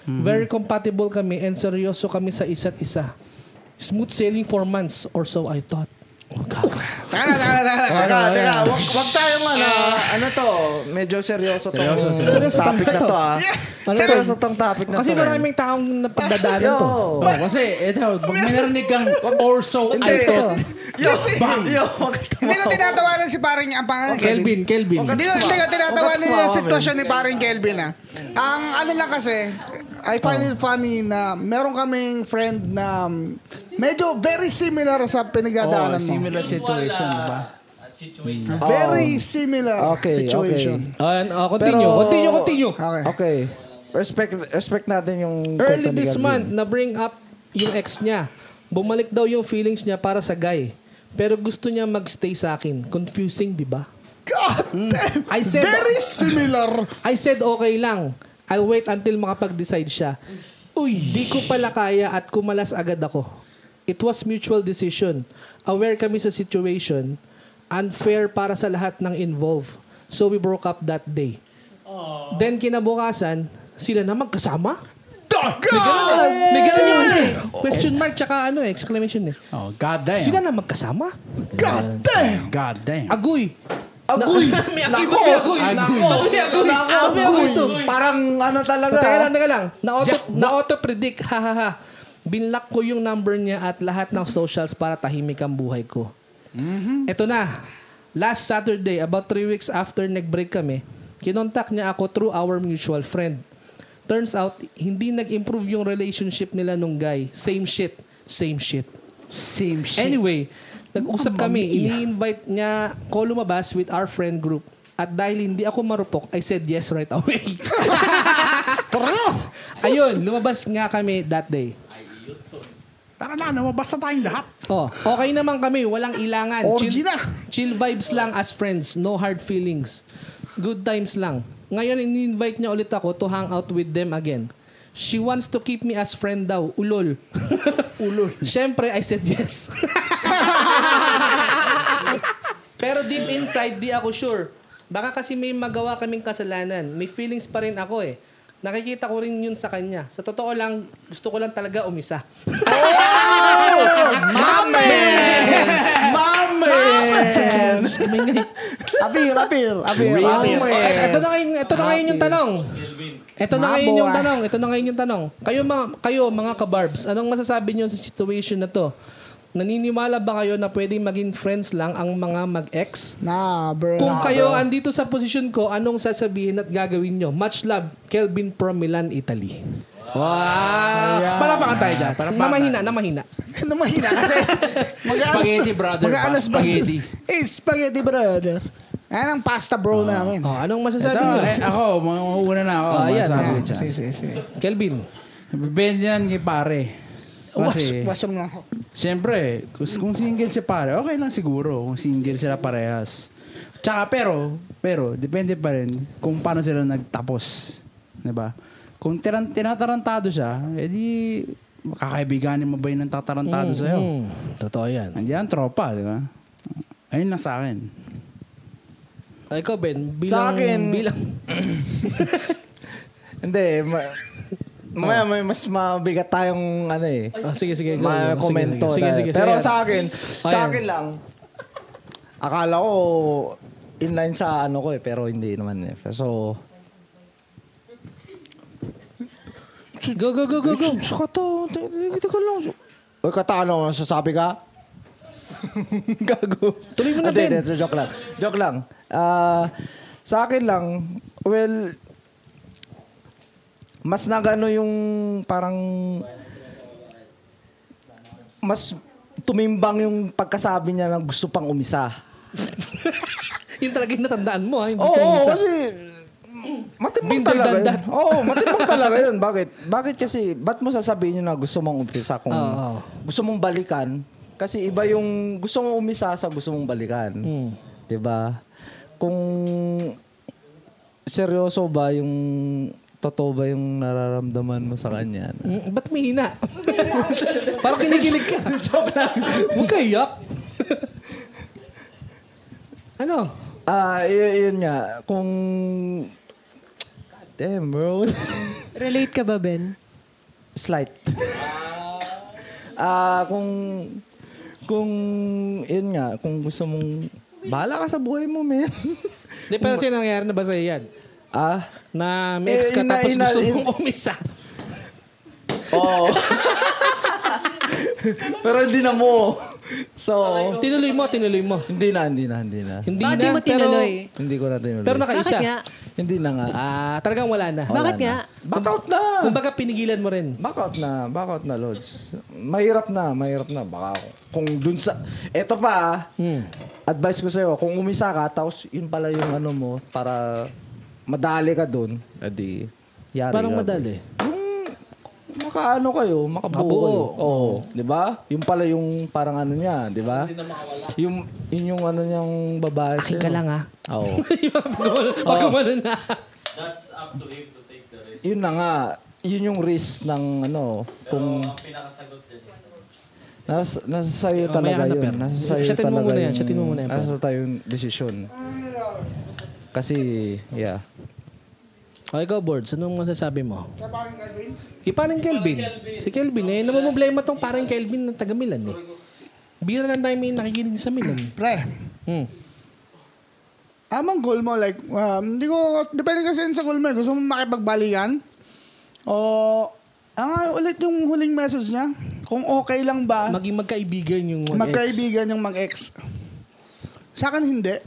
C: Very compatible kami and seryoso kami sa isa't isa. Smooth sailing for months or so I thought. Oh, God.
B: Taka na, taka na, taka na.
D: Teka, teka. Wag, wag tayo man. ano to? Medyo seryoso to. Seryoso,
C: Seryoso tong
D: topic na to ah.
C: Ano to?
D: Seryoso tong topic na to. eh?
C: Kasi
D: man.
C: maraming taong napagdadaanan to.
A: Oh,
D: Yo.
A: kasi, ito, pag may narinig kang or so,
D: Hindi.
A: I thought.
D: Yo, yo, wag ka
B: Hindi ko
D: tumawa.
B: tinatawanan si paring ang pangalan.
C: Kelvin, Kelvin.
A: Oh,
B: Hindi ko, hindi ko tinatawanan
D: Huwag ka
B: yung
D: tumawa,
B: sitwasyon ni paring Kelvin ah. Ang ano lang kasi, I find it funny na meron kaming friend na um, medyo very similar sa
A: Oh,
B: pinagdadaanan mo.
A: similar situation, di ba?
B: Very similar
D: Okay,
B: situation.
C: Ah, ah, continue,
D: Pero-
C: continue, continue.
B: Okay.
D: Okay. Respect respect natin yung
C: Early
D: kwento ni
C: this
D: Gabi.
C: month, na-bring up yung ex niya. Bumalik daw yung feelings niya para sa guy. Pero gusto niya magstay sa akin. Confusing, di ba? Mm.
B: God damn!
C: I said-
B: very similar.
C: I said okay lang. I'll wait until makapag-decide siya. Uy, di ko pala kaya at kumalas agad ako. It was mutual decision. Aware kami sa situation. Unfair para sa lahat ng involved. So we broke up that day. Then kinabukasan, sila na magkasama?
B: God!
C: May ganun yun eh. Question mark tsaka ano eh, exclamation eh.
A: Oh, goddamn.
C: Sila na magkasama?
B: God damn!
A: Goddamn.
C: Agoy! Agoy! may agoy ba? May agoy! Nako! May agoy! Nako! May agoy to!
D: Parang ano talaga.
C: Teka lang, teka lang. Na-auto, na-auto predict. Ha, ha, ha. Binlock ko yung number niya at lahat ng socials para tahimik ang buhay ko. Ito na. Last Saturday, about three weeks after nag-break kami, kinontak niya ako through our mutual friend. Turns out, hindi nag-improve yung relationship nila nung guy. Same shit. Same shit.
A: Same
C: Anyway, nag-usap kami. Ini-invite niya ko lumabas with our friend group. At dahil hindi ako marupok, I said yes right away. Ayun, lumabas nga kami that day.
F: Tara na, namabas na tayong lahat.
C: Oh, okay naman kami, walang ilangan.
B: Orgy
C: chill,
B: na.
C: chill vibes lang as friends, no hard feelings. Good times lang. Ngayon, in-invite niya ulit ako to hang out with them again. She wants to keep me as friend daw. Ulol. Ulol. Siyempre, I said yes. Pero deep inside, di ako sure. Baka kasi may magawa kaming kasalanan. May feelings pa rin ako eh. Nakikita ko rin yun sa kanya. Sa totoo lang, gusto ko lang talaga umisa.
B: Apir, apir, apir, apir.
C: Eh, Ito na ngayon, ito na ngayon yung tanong. Ito na ngayon yung tanong. Ito na ngayon yung tanong. Kayo mga kayo mga kabarbs, anong masasabi niyo sa situation na to? Naniniwala ba kayo na pwedeng maging friends lang ang mga mag-ex?
B: Nah, bro.
C: Kung kayo andito sa posisyon ko, anong sasabihin at gagawin nyo? Much love, Kelvin from Milan, Italy. Wow! Palapakan tayo dyan. Namahina, namahina.
B: Ano mahina kasi?
A: Spaghetti brother,
B: mag-aalas
A: pa,
B: ba-
A: spaghetti.
B: Eh, spaghetti brother. Ayan ang pasta bro namin.
C: Oh, anong masasabi
A: Ito,
C: nyo?
A: eh, ako, mga una na ako.
C: Ah, yan.
A: masabi
C: Ah,
A: dyan.
C: Kelvin.
A: Bend yan kay pare. Kasi,
B: Wash, washroom lang ako.
A: siyempre, kung, kung single si pare, okay lang siguro kung single sila parehas. Tsaka pero, pero, depende pa rin kung paano sila nagtapos. 'Di ba? Kung tiran, tinatarantado siya, edi makakaibiganin mo ba yun ng tatarantado sa'yo?
C: Mm, totoo yan.
A: Andiyan, tropa, di ba? Ayun lang sa akin.
C: Ah, Ikaw, Ben. Bilang,
D: Sa akin,
C: Bilang,
D: Hindi, ma-
C: Oh.
D: Mamaya may mas mabigat tayong ano eh.
C: Ah, sige, sige. go,
D: Mga
C: go. Sige,
D: komento.
C: Sige,
D: na-
C: sige. sige,
D: Pero
C: sige.
D: sa akin, sa
C: Ayan.
D: akin lang, akala ko inline sa ano ko eh, pero hindi naman eh. So,
C: Go, go, go, go, go.
D: Saka to, kita ka lang. Uy, katano, sasabi ka? Gago.
C: Tuloy mo na,
D: Hindi,
C: Ben.
D: hindi, joke lang. Joke lang. Ah, sa akin lang, well, mas nagano yung parang mas tumimbang yung pagkasabi niya na gusto pang umisa.
C: Yun talaga yung natandaan mo, ha? Yung
D: Oo,
C: gusto
D: oo,
C: mong isa.
D: kasi
C: Been
D: matimbang
C: there,
D: talaga
C: done
D: yun.
C: that.
D: Oo, matimbang talaga yun. Bakit? Bakit kasi, ba't mo sasabihin yun na gusto mong umisa kung
C: Oo, oo.
D: gusto mong balikan? Kasi iba yung gusto mong umisa sa gusto mong balikan.
C: Hmm.
D: 'Di ba? Kung seryoso ba yung totoo ba yung nararamdaman mo sa kanya?
C: Mm, ba't may hina? Parang kinikilig ka. Joke lang. Huwag kayo yak. ano?
D: Ah, y- yun nga. Kung... Damn, bro.
M: Relate ka ba, Ben?
D: Slight. Ah, kung... Kung... Yun nga. Kung gusto mong... Bahala ka sa buhay mo, man.
C: Hindi, pero sa'yo nangyayari na ba sa'yo yan?
D: ah?
C: Na may ex
D: Eh,
C: ka
D: ina-
C: tapos
D: ina-
C: gusto
D: in-
C: mong umisa.
D: Oo. Pero hindi na mo. So...
C: Tinuloy mo, tinuloy mo.
D: Hindi na, hindi na, hindi na.
C: Hindi
M: Bakit di
C: na,
M: mo tinuloy?
D: Hindi ko na tinuloy.
C: Pero, pero
M: Bakit
C: nakaisa.
M: nga?
D: Hindi Hindi na nga.
C: Ah, talagang wala na.
D: Wala Bakit na. nga? Back out na!
C: Kumbaga pinigilan mo rin.
D: Back out na, back out na, Lods. Mahirap na, mahirap na. Baka kung dun sa... Eto pa, ah.
C: Hmm.
D: advice ko sa'yo, kung umisa ka, tapos yun pala yung ano mo, para madali ka dun, adi, yari
C: Parang
D: ka.
C: madali.
D: Makaano kayo, makabuo.
C: Makabuo.
D: kayo. Oo, di ba? Yung pala yung parang ano niya, di ba? Yung, yun yung ano niyang babae
C: Akin ka lang ah.
D: Oo.
C: Pag gumano na.
J: That's up to him to take the risk.
D: yun na nga, yun yung risk ng ano, kung...
J: pinakasagot dyan is...
D: Nas, nasa sa'yo
C: mayahan
D: talaga
C: na,
D: yun.
C: pero.
D: Nasa sa'yo
C: Siyatin mo
D: talaga
C: muna yan,
D: yung-
C: siyatin mo muna yan, pero.
D: Nasa tayo yung desisyon. Kasi, yeah.
C: O ikaw, Boards, anong masasabi mo? Kay parang Kelvin. Si Kelvin. Eh, naman problema tong parang Kelvin ng taga Milan eh. Bira lang tayo may nakikinig sa Milan.
B: Pre,
C: Hmm.
B: amang goal Ah, mo, like, um, hindi ko, depende kasi yun sa goal mo. eh. Gusto mo makipagbalikan? O, ah, ulit yung huling message niya. Kung okay lang ba,
D: Ah.
C: Maging magkaibigan yung ex.
B: magkaibigan yung mag-ex. Sa akin, hindi.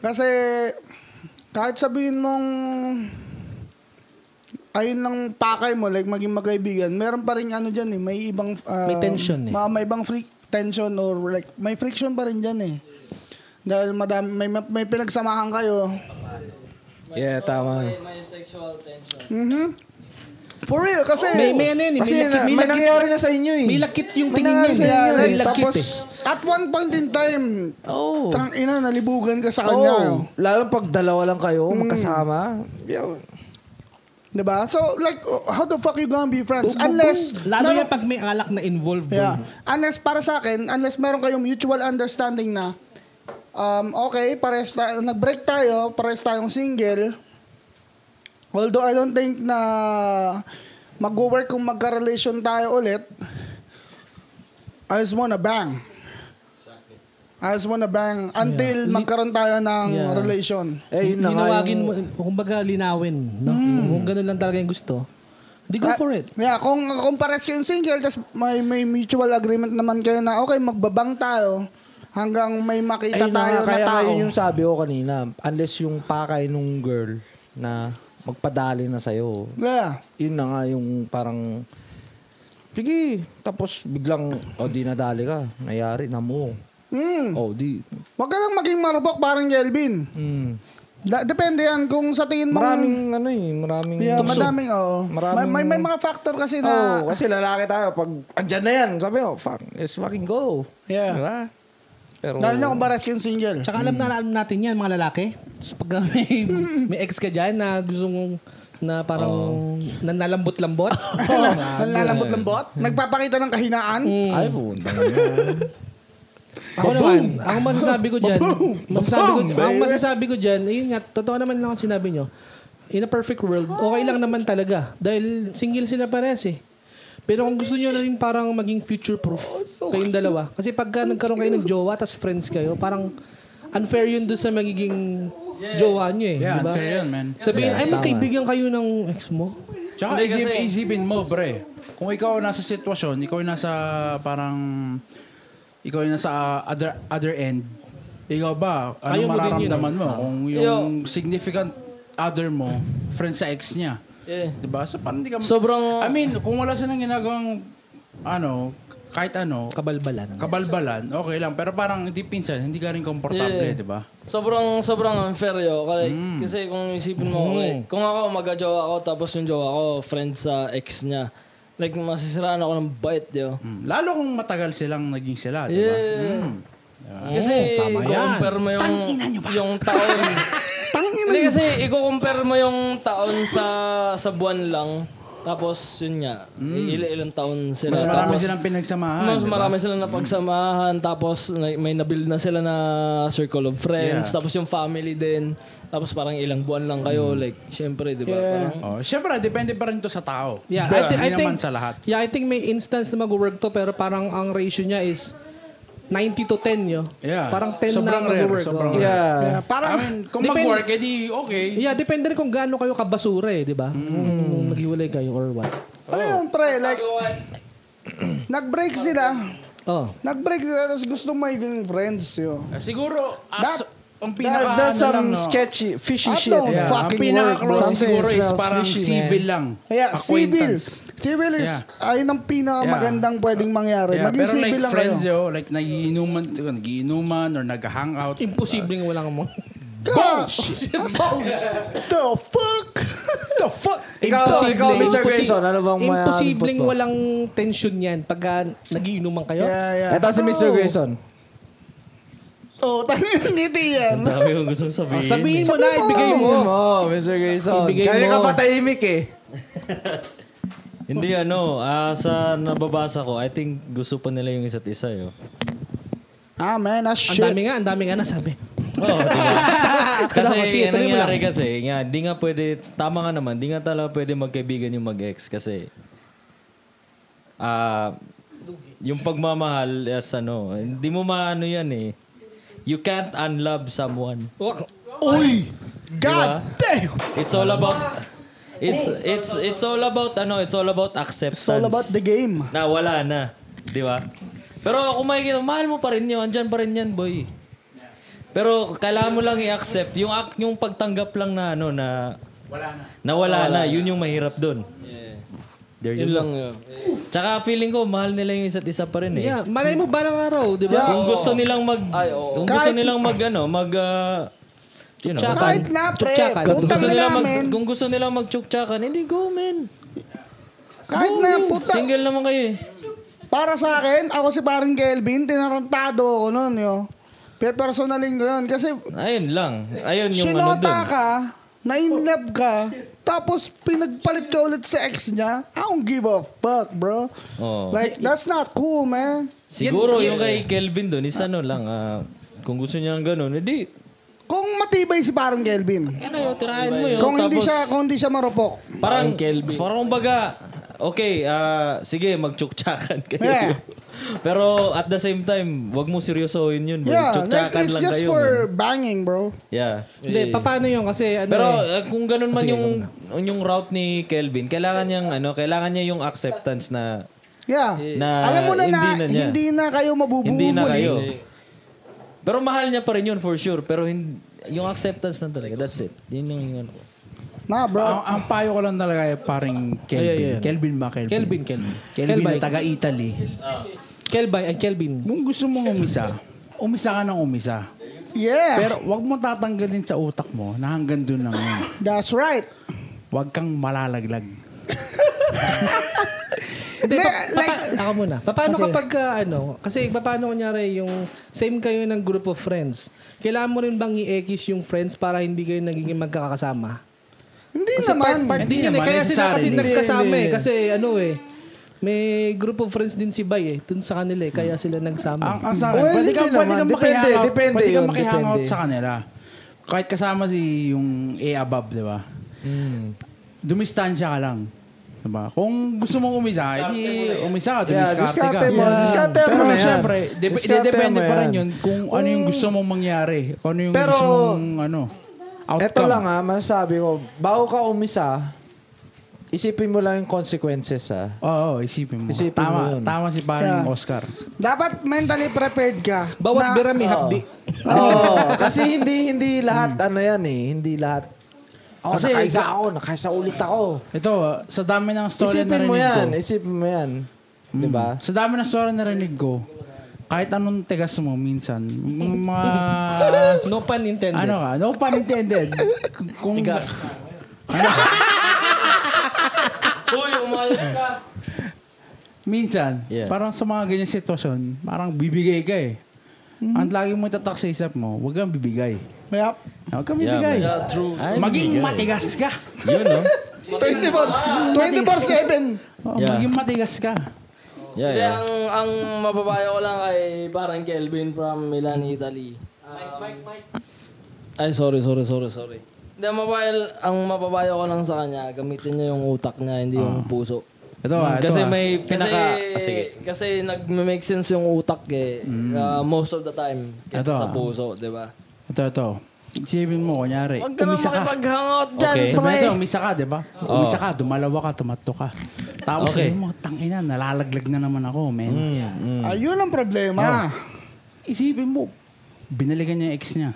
B: Kasi, kahit sabihin mong ayun lang pakay mo, like maging magkaibigan, meron pa rin ano dyan eh, may ibang... ah,
C: May tension eh.
B: ma- may ibang freak tension or like, may friction pa rin dyan eh. Dahil madami, may, may pinagsamahan kayo.
D: Yeah, tama.
G: May sexual tension.
B: Mhm. For real, kasi...
C: May, may ano yun eh. May,
D: Kasi
C: lakit,
D: na,
C: may,
D: may
C: lakit,
D: nangyari na sa inyo eh.
C: may lakit yung
D: May
C: tingin
D: nangyari
C: niya.
D: sa
C: eh.
D: inyo
C: May
D: eh.
C: lakit
D: Tapos,
C: eh.
B: At one point in time,
D: Oh.
B: tang ina, nalibugan ka sa kanya.
D: Oh, lalo pag dalawa lang kayo,
C: Hmm.
D: magkasama. Yeah.
B: eh. Diba? So, like, uh, how the fuck you gonna be friends? Unless,
C: Lalo
B: meron-
C: yan pag may alak na involved.
B: Yeah.
C: dun.
B: Unless, para sa akin, unless meron kayong mutual understanding na, um, okay, pares tayo, nag-break tayo, pares tayong single. Although, I don't think na mag-work kung magka-relation tayo ulit. I just wanna bang. I just wanna bang until magkaroon tayo ng
C: Yeah.
B: relation.
D: Eh, yun na nga
C: Linawagin
D: yung... Hmm.
C: mo, kumbaga linawin. No? Kung ganun lang talaga yung gusto, di go
B: Ah,
C: for it.
B: Yeah, kung, kung pares kayong single, tas may, may mutual agreement naman kayo na, okay, magbabang tayo hanggang may makita
D: Ayun na
B: tayo
D: nga,
B: na
D: kaya nga
B: tao.
C: eh.
D: yun yung sabi ko kanina. Unless yung pakay nung girl na magpadali na sa'yo.
B: Yeah.
D: Yun na nga yung parang... Sige, tapos biglang, o di nadali ka. Nayari na mo.
B: Mm.
D: Oh, di.
B: Huwag ka lang maging marupok parang Gelvin.
D: Mm.
B: Da- depende yan kung sa tingin mo...
D: Maraming ano eh, maraming...
B: Yeah, madaming, oo.
D: Maraming-
B: May, may, may mga factor kasi na...
D: Oh, kasi lalaki tayo. Pag andyan na yan, sabi ko, fuck, let's fucking go.
B: Yeah.
D: Diba? Pero,
B: Lalo na kung pares kayong single.
C: Tsaka alam na alam natin yan, mga lalaki. Tapos pag may, may ex ka dyan na gusto mong na
D: Oh.
C: parang nanlalambot-lambot.
B: Nalalambot-lambot.
D: Mm.
B: Nagpapakita ng kahinaan.
D: ay, pumunta na
C: ako naman, ang masasabi ko dyan, masasabi ko, ang masasabi ko dyan, ayun nga, totoo naman lang ang sinabi nyo, in a perfect world, okay lang naman talaga. Dahil single sila pares eh. Pero kung gusto nyo na rin parang maging future-proof
A: Oh,
C: kayong dalawa. Kasi pagka nagkaroon kayo ng jowa, tas friends kayo, parang unfair yun doon sa magiging jowa nyo eh.
A: Yeah,
C: diba?
A: unfair yun, man.
C: Sabihin, ay magkaibigan kayo ng ex mo.
A: Tsaka isip, isipin mo, pre. Kung ikaw nasa sitwasyon, ikaw yung nasa parang... Ikaw yung nasa uh, other, other end. Ikaw ba? Ano
C: Ayaw mo din yun,
G: eh.
A: mararamdaman mo? Kung yung significant other mo, friend sa ex niya.
G: Yeah.
A: Diba? So parang di ka...
G: Sobrang-
A: I mean, kung wala silang ginagawang ano, kahit ano,
C: Kabalbalan.
A: kabalbalan, okay lang. Pero parang hindi pinsan, hindi ka rin komportable, diba?
G: Yeah.
A: di ba?
G: Sobrang sobrang unfair yo kasi,
A: Mm.
G: kasi kung isipin
A: Mm-hmm.
G: mo okay, kung ako magka-jowa ako tapos yung jowa ko friend sa ex niya like masisiraan ako ng bait yo.
A: Mm. Lalo kung matagal silang naging sila, di ba?
G: Yeah.
A: Mm.
G: Kasi i-compare mo yung yung taon. Hindi kasi i-compare mo yung taon sa sa buwan lang tapos yun nga il- ilang taon
A: Mm.
G: sila
A: Mas marami
G: tapos
A: silang pinagsamahan.
J: Ah,
A: diba? di
G: mas
A: ba?
G: marami sila na pagsamahan tapos na- may nabuild na sila na circle of friends
A: Yeah.
G: tapos yung family din tapos parang ilang buwan lang kayo
J: Mm.
G: like syempre di ba parang
A: Oh, syempre, depende pa rin to sa tao.
C: Yeah,
A: Hindi
C: I, thi- I think
A: naman sa lahat.
C: Yeah, I think may instance na mag-work to pero parang ang ratio niya is 90 to 10 yo.
A: Yeah.
C: Parang 10
A: Sobrang
C: na
A: rare,
C: mag-work.
A: sobrang
C: oh.
A: rare.
D: Yeah.
B: Yeah, parang...
A: I mean, kung
C: Depende-
A: mag-work, edi okay.
C: Yeah, depende rin kung gaano kayo kabasura eh, di ba?
A: Mm.
C: Kung naghiwalay kayo or what.
B: Ano yung pre, like... nag-break sila. eh,
C: Oh.
B: Nag-break sila, tapos gusto maging friends yun.
A: Ah, Siguro, as,
B: Dap-
A: ang
D: That-
A: pinaka ano
D: that's some
A: lang, no?
D: sketchy, fishy
B: I
D: shit.
B: don't fucking
A: ang pinaka
B: work, bro.
A: close siguro
D: Something
A: is
D: smells
A: parang
D: fishy,
A: civil
D: man.
A: lang.
B: Kaya civil.
A: Acquaintance.
B: Civil is, ayun ang pinakamagandang pwedeng mangyari.
A: Yeah,
B: Maging
A: pero
B: civil
A: like
B: lang kayo.
A: friends, yo, like nagiinuman, nagiinuman or nag-hangout.
C: Imposibleng wala kang mga...
B: Bullshit. The fuck?
A: The fuck?
D: Ikaw, ikaw, Mr. Grayson, ano bang mayaman
C: Imposibleng
D: po to?
C: walang tension yan pagka nagiinuman kayo.
B: Yeah, yeah.
D: Ito si Mr. Grayson.
B: Oh, tangin ngiti yan.
J: Dami kong gusto sabihin.
C: Ah, Sabihin mo na, ibigay mo.
D: Ibigay mo, Mr. Grayson.
C: Ibigay
D: Kaya
C: mo.
D: ka patahimik eh.
J: Hindi ano, ah, sa nababasa ko, I think gusto pa nila yung isa't isa eh, oh. yo.
B: Ah, man, ah,
C: Ang
B: shit.
C: dami nga, ang dami nga nasabi.
J: Oo, diba? kasi
C: Kasi,
J: ang
C: tuloy mo
J: nangyari kasi, nga, di nga pwede, tama nga naman, di nga talaga pwede magkaibigan yung mag-ex kasi ah yung pagmamahal, yes, ano, hindi mo maano yan eh. You can't unlove someone.
B: Uy! God damn!
J: It's all about It's it's it's all about ano, it's all about acceptance.
B: It's all about the game.
J: Na wala na, 'di ba? Pero kung makikita, mo, mahal mo pa rin 'yun, andyan pa rin 'yan, boy. Pero kailangan mo lang i-accept yung act, yung pagtanggap lang na ano na wala na. Na wala, na, 'yun yung mahirap doon. There you
G: Yun
J: go.
G: lang yun.
J: Tsaka feeling ko mahal nila yung isa't isa pa rin eh.
C: Yeah, Ah, malay mo balang araw, di ba?
J: Kung gusto nilang mag
G: Ay, oo.
J: kung gusto
B: Kahit-
J: nilang mag ano, mag ah, you know,
C: Tsaka-
B: Kahit na, pre.
C: Tsuktsakan.
J: kung
B: Putang
J: gusto
B: na
J: nilang mag
B: namin.
J: kung gusto nilang magtsuktsakan, hindi go men.
B: Kahit na, puta.
J: Single naman kayo eh.
B: Para sa akin, ako si paring Kelvin, tinarantado ako noon, yo. Pero personaling ko yun. Kasi,
J: Ayun lang. Ayun yung ano
B: sinota
J: dun.
B: ka, na in love ka, tapos pinagpalit ka ulit sa ex niya, I don't give a fuck, bro.
A: Oh.
J: Oo.
B: Like, that's not cool, man.
J: Siguro yung kay Kelvin dun is ano lang. ah, kung gusto niya ng ganun, edi.
B: Kung matibay si parang Kelvin,
J: Ano yun, tirahin mo yun.
B: kung
J: Tapos,
B: hindi siya, kung hindi siya marupok,
J: Parang,
G: Parang Kelvin.
J: parang baga, okay, ah, sige, magtsuktsakan kayo.
B: Yeah.
J: Pero at the same time, wag mo seryosohin yun. boy.
B: Yeah, like
J: Tsuktsakan
B: it's
J: lang
B: just
J: kayo.
B: for
J: man.
B: banging, bro.
J: Yeah.
C: Hindi, paano yun? Kasi ano
J: Pero
C: eh.
J: ah, kung ganun man yung yung route ni Kelvin, kailangan niyang ano, kailangan niya yung acceptance na
B: Yeah.
J: Na
B: Alam mo na na,
J: Eh, hindi na niya.
B: hindi na kayo mabubuo
J: Hindi na
B: muli.
J: kayo. Pero mahal niya pa rin yun for sure. Pero hin- yung acceptance na talaga, that's it. Yun yung yung ano ko.
A: Ang,
B: Na, bro.
A: ang payo ko lang talaga ay paring Kelvin.
C: Yeah, yeah, yeah.
A: Kelvin ba Kelvin?
C: Kelvin, Kelvin.
A: Kelvin
C: Kelvin.
A: na taga-Italy.
C: Kelvin, ay Kelvin.
A: Kung gusto mong umisa, umisa ka ng umisa.
B: Yeah.
A: Pero wag mo tatanggalin sa utak mo na hanggang doon lang yun.
B: That's right.
A: Wag kang malalaglag.
C: Hindi,
B: Hindi,
C: pa,
B: like,
C: papa- ako muna. Paano
B: Kasi-
C: kapag ah, ano, kasi paano kunyari yung same kayo ng group of friends, kailangan mo rin bang i-ekis yung friends para hindi kayo nagiging magkakasama?
B: hindi
C: Kasi
B: naman.
C: part, part din
A: Hindi
C: yun eh.
A: naman,
C: Kaya sila kasi
A: necessarily.
C: nagkasama
B: Hindi,
C: eh.
B: hindi.
C: Kasi ano eh, may group of friends din si Bay eh. Dun sa kanila eh. Kaya sila
A: Ang,
C: nagsama.
A: ang sa akin,
D: Hmm. Well,
A: pwede kang
D: hindi
A: pwede
D: naman.
A: kang
D: Depende,
A: makihangout.
D: depende
A: pwede kang
D: yun,
A: makihangout
D: depende.
A: sa kanila. Kahit kasama si yung A above, di ba?
D: Hmm.
A: Dumistansya ka lang. Diba? Kung gusto mong umisa, edi umisa ka,
D: Yeah,
A: dumiskarte
D: diskarte
A: ka.
D: mo. Diskarte mo
A: Pero
D: na yan.
A: syempre, dep-
D: Diskarte
A: depende
D: mo
A: pa rin
D: yan.
A: yun kung ano yung gusto mong mangyari. Kung ano yung
D: Pero-
A: gusto mong ano, outcome.
D: Ito lang ah. ha, masasabi ko, bago ka umisa, isipin mo lang yung consequences ah. ha.
A: Oo, isipin mo.
D: Isipin
A: tama,
D: mo yun.
A: tama si parang
B: Yeah.
A: Oscar.
B: Dapat mentally prepared ka.
C: Bawat
B: na-
C: bira may hapdi.
D: Oo, kasi hindi hindi lahat ano yan eh, hindi lahat. Oh,
A: Kasi-
D: nakaisa ako, nakaisa ulit ako.
A: Ito, ah, sa dami ng story na
D: Isipin mo
A: narinig ko.
D: yan, isipin mo yan. Diba? Di ba?
A: Sa dami ng story na narinig ko, kahit anong tigas mo minsan, m- mga...
C: No pun intended.
A: ano ka? No pun intended. K- Kung, Ano?
G: Tigas. Uy, umayos ka.
A: Minsan,
J: Yeah.
A: parang sa mga ganyan sitwasyon, parang bibigay ka eh.
G: Mm-hmm.
A: Ang lagi mo itatak sa isip mo, huwag kang bibigay.
B: Yep.
A: Huwag kang
J: Yeah,
A: bibigay.
G: Yeah, true.
A: Maging matigas ka.
J: Yun, no? Ah,
B: 24, 24-7.
A: Oo,
J: Yeah.
A: Maging matigas ka.
J: Yeah,
G: Hindi,
J: yeah.
G: ang, ang mababayo ko lang kay parang Kelvin from Milan, Italy. Mike, Mike, Mike. Ay, sorry, sorry, sorry, sorry. Hindi, ang mababayo, ang mababayo ko lang sa kanya, gamitin niya yung utak niya, hindi yung puso.
A: Ito ah, ito
J: Kasi
A: ah.
J: may
G: Kasi,
J: pinaka... Ah, sige. Mm.
G: kasi nag-make sense yung utak eh, uh, most of the time. Kesa
A: Ito,
G: sa
A: ah.
G: puso, di ba?
A: Ito, ito. Isipin mo, kunyari,
G: Huwag ka na
A: umisa ka.
G: makipag-hangout dyan,
J: Okay.
A: Sabi
G: pre.
A: natin, umisa ka, di ba?
J: Oo.
A: Umisa ka, dumalawa ka, tumatlo ka. Tapos
J: Okay.
A: sabi mo, tangina, nalalaglag na naman ako, men.
J: Mm, mm.
B: Ayun ang Ah, problema.
A: Isipin mo, binalikan niya yung ex niya.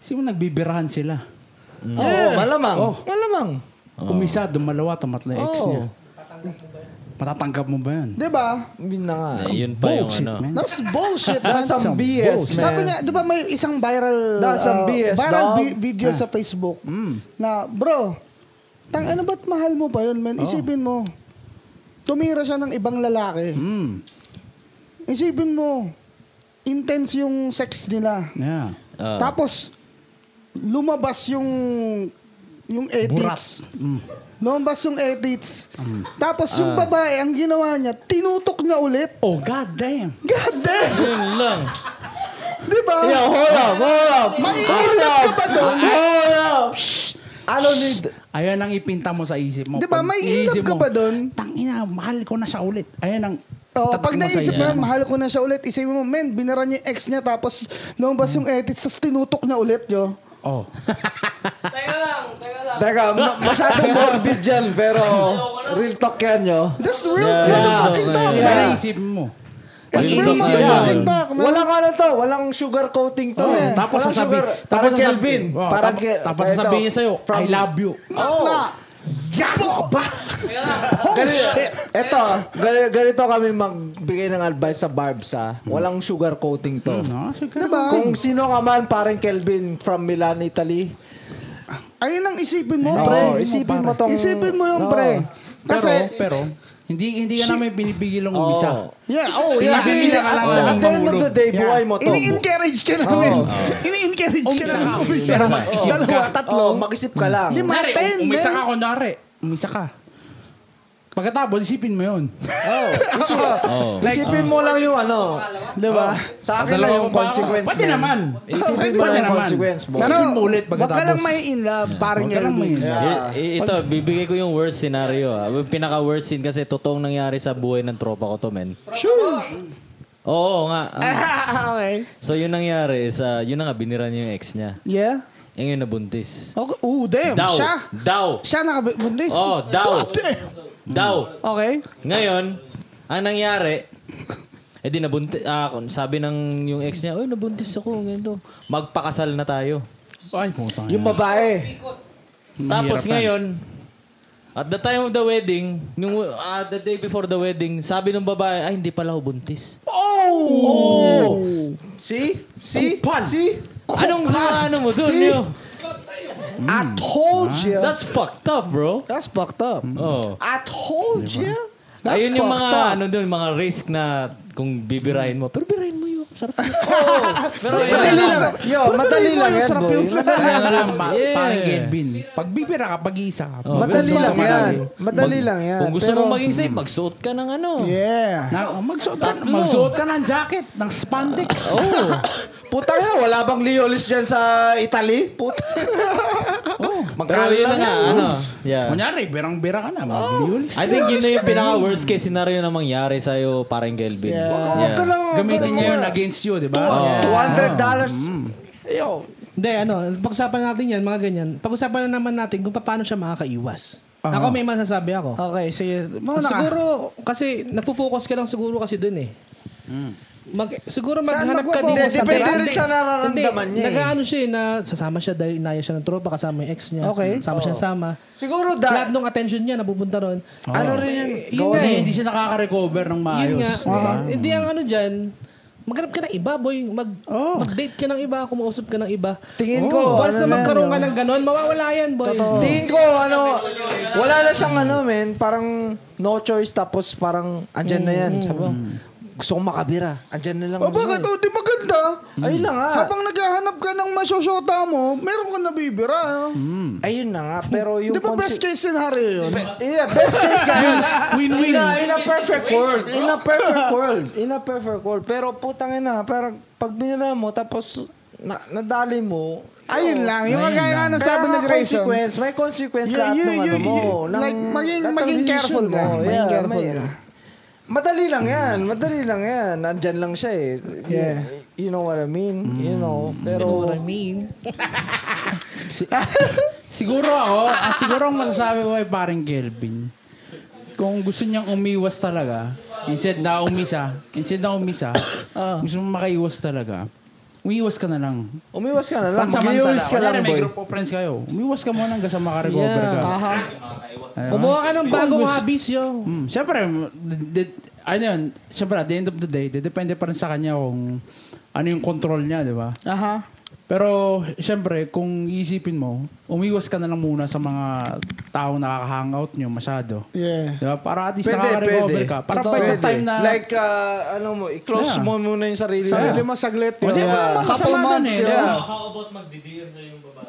A: Kasi mo nagbibirahan sila.
D: Oo, malamang. Oh. Malamang.
A: Umisa, dumalawa, tumatla yung ex
D: Oo.
A: niya. Matatanggap mo ba yan?
B: Di ba?
D: Hindi na nga.
J: Eh, yun pa yung
A: Bullshit,
J: ano.
A: man.
B: Diba? That's bullshit, man.
D: That's some
A: Some
D: BS, man.
B: Sabi nga, di ba may isang viral
D: That's some
B: uh,
D: BS,
B: viral
D: dog.
B: vi- video
J: Ah.
B: sa Facebook
J: Mm.
B: na, bro, tang ano ba't mahal mo pa yun, man?
J: Oh.
B: Isipin mo, tumira siya ng ibang lalaki.
A: Mm.
B: Isipin mo, intense yung sex nila.
A: Yeah.
B: Tapos, lumabas yung yung edits. Lumabas yung edits. Tapos yung babae, ang ginawa niya, tinutok niya ulit.
A: Oh, god damn.
B: God damn!
J: Yun lang.
B: Di ba?
D: Yo, hold up, hold up.
B: Maiinap ka ba doon?
D: Hold up. Shh. I don't need...
A: Ayan ang ipinta mo sa isip mo.
B: Di ba?
A: Pag
B: May in
A: iisip
B: love ka
A: mo,
B: ba doon?
A: Tangina, mahal ko na siya ulit. Ayan ang...
B: Oh,
A: tatak
B: pag
A: mo sa isip
B: naisip na,
A: mo.
B: mahal ko na siya ulit, isipin mo, men, binara niya yung ex niya, tapos lumabas yung edits, tapos tinutok niya ulit, yo.
A: Oh.
G: Teka lang, teka lang.
D: Teka, ma- masyadong morbid yan, pero real talk yan, yo.
B: That's real motherfucking talk,
A: Di ba
B: man.
A: naisip mo?
B: That's real
A: Yeah.
B: motherfucking talk, man.
D: Walang ano to, walang sugar coating to.
A: Oh,
D: eh.
A: tapos
D: walang
A: sasabi,
D: sugar-
A: tapos
D: parang Kelvin.
A: sasabi- oh,
D: parang
A: tapos-
D: Kel-
A: tapos
D: ito,
A: sasabihin niya sa'yo, I
D: from-
A: love you.
B: Bakla.
G: Teka lang.
D: Ganito, eto, gani- ganito kami magbigay ng advice sa Barbs ha. Walang sugar coating to.
A: No, sige.
B: Diba?
D: Kung sino ka man, parang Kelvin from Milan, Italy.
B: Ayun ang isipin mo,
D: Oo,
B: pre.
D: isipin mo tong-
B: Isipin mo yung
D: Oo.
B: pre. Kasi,
A: pero, hindi hindi ka namin binibigil ng umisa.
B: yeah, oh, yeah.
A: Kasi hindi
D: At,
A: na kailangan
D: at the end of the day, buhay mo to.
B: Ini-encourage ka namin. Ini-encourage ka namin. Umisa. Dalawa, tatlo.
D: Oo, mag-isip ka lang.
B: Lima,
A: Kunwari,
B: ten,
A: um- umisa
B: man.
A: ka, kunwari. Umisa ka. Pagkatapos, isipin mo yun.
D: Isipin mo lang yung ano.
B: Diba?
D: Sa akin na yung consequence.
A: Pwede
D: man.
A: naman.
D: Isipin
A: Pwede
D: mo lang yung
A: naman.
D: consequence, boss.
A: Isipin mo ulit
B: Huwag ka lang
A: pagkatapos.
B: may in love, parang eh.
A: Huwag ka lang may
B: Elvin.
A: in love.
J: I- i- ito, bibigay ko yung worst scenario. ah. Yung Pinaka-worst scene kasi totoong nangyari sa buhay ng tropa ko to, men.
B: Sure.
J: Oo nga. Ah.
B: okay.
J: So, yun nangyari is, ah, yun na nga, binira niya yung ex niya.
B: Yeah.
J: Yung yun nabuntis.
B: Okay. Ooh, damn.
J: Daw.
B: Siya.
J: Daw.
B: Siya nakabuntis.
J: Oh, daw.
B: God damn.
J: Daw.
B: Okay.
J: Ngayon, ang nangyari, eh di nabuntis, ah, sabi ng yung ex niya, uy, nabuntis ako, ganito. Magpakasal na tayo.
A: Ay, puta.
D: Yung babae.
A: Mahirap
J: Tapos ngayon, at the time of the wedding, nung, ah, the day before the wedding, sabi ng babae, ay, hindi pala ako buntis.
B: Oh.
D: See? See? See?
J: Anong sa ano mo
D: Oh,
J: doon,
D: See?
J: yo?
D: I
B: Hmm.
D: told
B: Ah.
D: you.
J: That's fucked up, bro.
B: That's fucked up.
J: Oh.
D: I told
B: Diba?
D: you. That's
J: Ayun yung
D: fucked
J: mga
D: up.
J: ano doon, mga risk na kung bibirahin mo. Pero birahin mo yun. Sarap yun. Oo. Pero yun.
D: Madali lang. Yo, madali lang yan,
A: Sarap
D: boy.
A: yung
D: Madali
A: sarap lang. pa-
J: Yeah.
A: Parang Kelvin. Pag bibira ka, pag-iisa ka.
J: Oh,
D: Madali
J: pero
D: lang
J: mas
D: yan.
J: madali.
D: Madali
J: Mag-
D: lang yan.
J: Kung gusto
D: Pero-
J: mong maging safe, magsuot ka ng ano.
B: Yeah.
A: Na, oh, magsuot, ka,
J: Tatlo.
A: magsuot ka ng jacket, ng spandex.
D: Oh, Putang ina, wala bang Leolis dyan sa Italy? Puta.
J: Pero yun na nga, ano. Yeah.
A: Kunyari, birang-bira
D: Oh.
A: ka na. Mga liulis.
J: I think yun na yung pinaka worst case scenario na mangyari sa'yo, parang Gelvin.
D: Huwag ka lang.
A: Gamitin niya yun against you, di ba?
D: $200. dollars.
C: Hindi, ano, pag-usapan natin yan, mga ganyan. Pag-usapan na naman natin kung paano siya makakaiwas.
A: Ah.
C: Ako may masasabi ako.
B: Okay, sige. Mauna ka.
C: siguro, kasi napufocus ka lang siguro kasi dun eh.
A: Hmm.
C: Mag, siguro
B: Saan
C: maghanap ka din
B: magpo-focus?
C: sa
D: Depende
C: Hindi,
D: rin sa nararamdaman
C: hindi.
D: niya eh.
C: Nag-ano siya eh, na sasama siya dahil inaya siya ng tropa, kasama yung ex niya.
B: Okay.
C: Sama siya sama.
D: Siguro
C: Lahat
D: dahil.
C: ng attention niya napupunta ron.
D: Ano rin yan?
C: Yun nga
A: Hindi,
C: eh.
A: hindi siya nakaka-recover ng maayos.
C: Yun nga.
A: di
D: Ah.
A: ba?
C: Hindi ang ano dyan, maghanap ka ng iba, boy. Mag, Mag-date ka ng iba, kumausap ka ng iba.
D: Oh. Tingin ko,
C: Once
D: ano
C: na
D: na
C: magkaroon
D: yan,
C: ka ng ganon, mawawala yan, boy.
D: Tingin ko, ano, wala na siyang ano, men. Parang no choice tapos parang andyan na yan. Sabi ko, gusto kong makabira. Andyan na lang.
B: O Oh, bakit? O, di ba ganda?
D: Ayun na nga.
B: Habang naghahanap ka ng masyosota mo, meron ka nabibira. no?
D: Hmm. Ayun na nga. Pero
B: Di
D: yung...
B: ba best
D: conse-
B: case scenario yun?
D: Yeah, best case ka.
A: Win-win.
D: In a, in a perfect world. In a perfect world. In a perfect world. Pero putang ina, parang pag binira mo, tapos na, nadali mo,
B: Ayun lang. Yung kagaya nga ng Ano
D: Kaya
B: sabi
D: nga
B: ni Grayson.
D: consequence, may consequence
B: You-
D: lahat
B: you-
D: ng ano
B: you-
D: mo.
B: you-
D: ng-
B: like, maging-
D: lahat ng
B: maging
D: decision
B: careful ka.
D: mo.
B: Maging careful
D: may-
B: ka.
D: Madali lang yan. Madali lang yan. Nandyan lang siya eh. You-
B: Yeah.
D: You, know what I mean? You know.
A: Mm.
D: Pero,
C: mean?
A: Siguro ako, ah, siguro ang masasabi ko ay parang Kelvin. Kung gusto niyang umiwas talaga, instead na umisa, instead na umisa, gusto mong makaiwas talaga, umiwas ka na lang.
D: Umiwas ka na lang.
A: Pansamantala.
D: Mag-iwas ka lang,
A: Kunyari, may
D: boy.
A: group of friends kayo. Umiwas ka muna hanggang sa makarecover
C: Yeah.
A: ka.
C: Aha.
A: Ayan.
C: Kumuha ka ng bagong
A: Kung gusto-
C: hobbies, yo.
A: Mm, Siyempre, m- d- d- ano yun, siyempre at the end of the day, depende pa rin sa kanya kung ano yung control niya, di ba?
B: Aha.
A: Pero, siyempre, kung iisipin mo, umiwas ka na lang muna sa mga taong nakaka-hangout nyo masyado.
B: Yeah.
A: Di ba? Para at least
D: Pwede,
A: nakaka-recover
D: pwede.
A: ka. Para
B: Totoo.
A: by the
B: Pwede.
A: time na...
D: Like, ah, ano mo, i-close
A: Yeah.
D: mo muna yung sarili mo.
B: Sarili mo saglit.
A: O, di mo
B: yun.
A: naman
B: uh, Couple
A: kasalanan
B: months
A: eh,
B: yun.
A: di ba?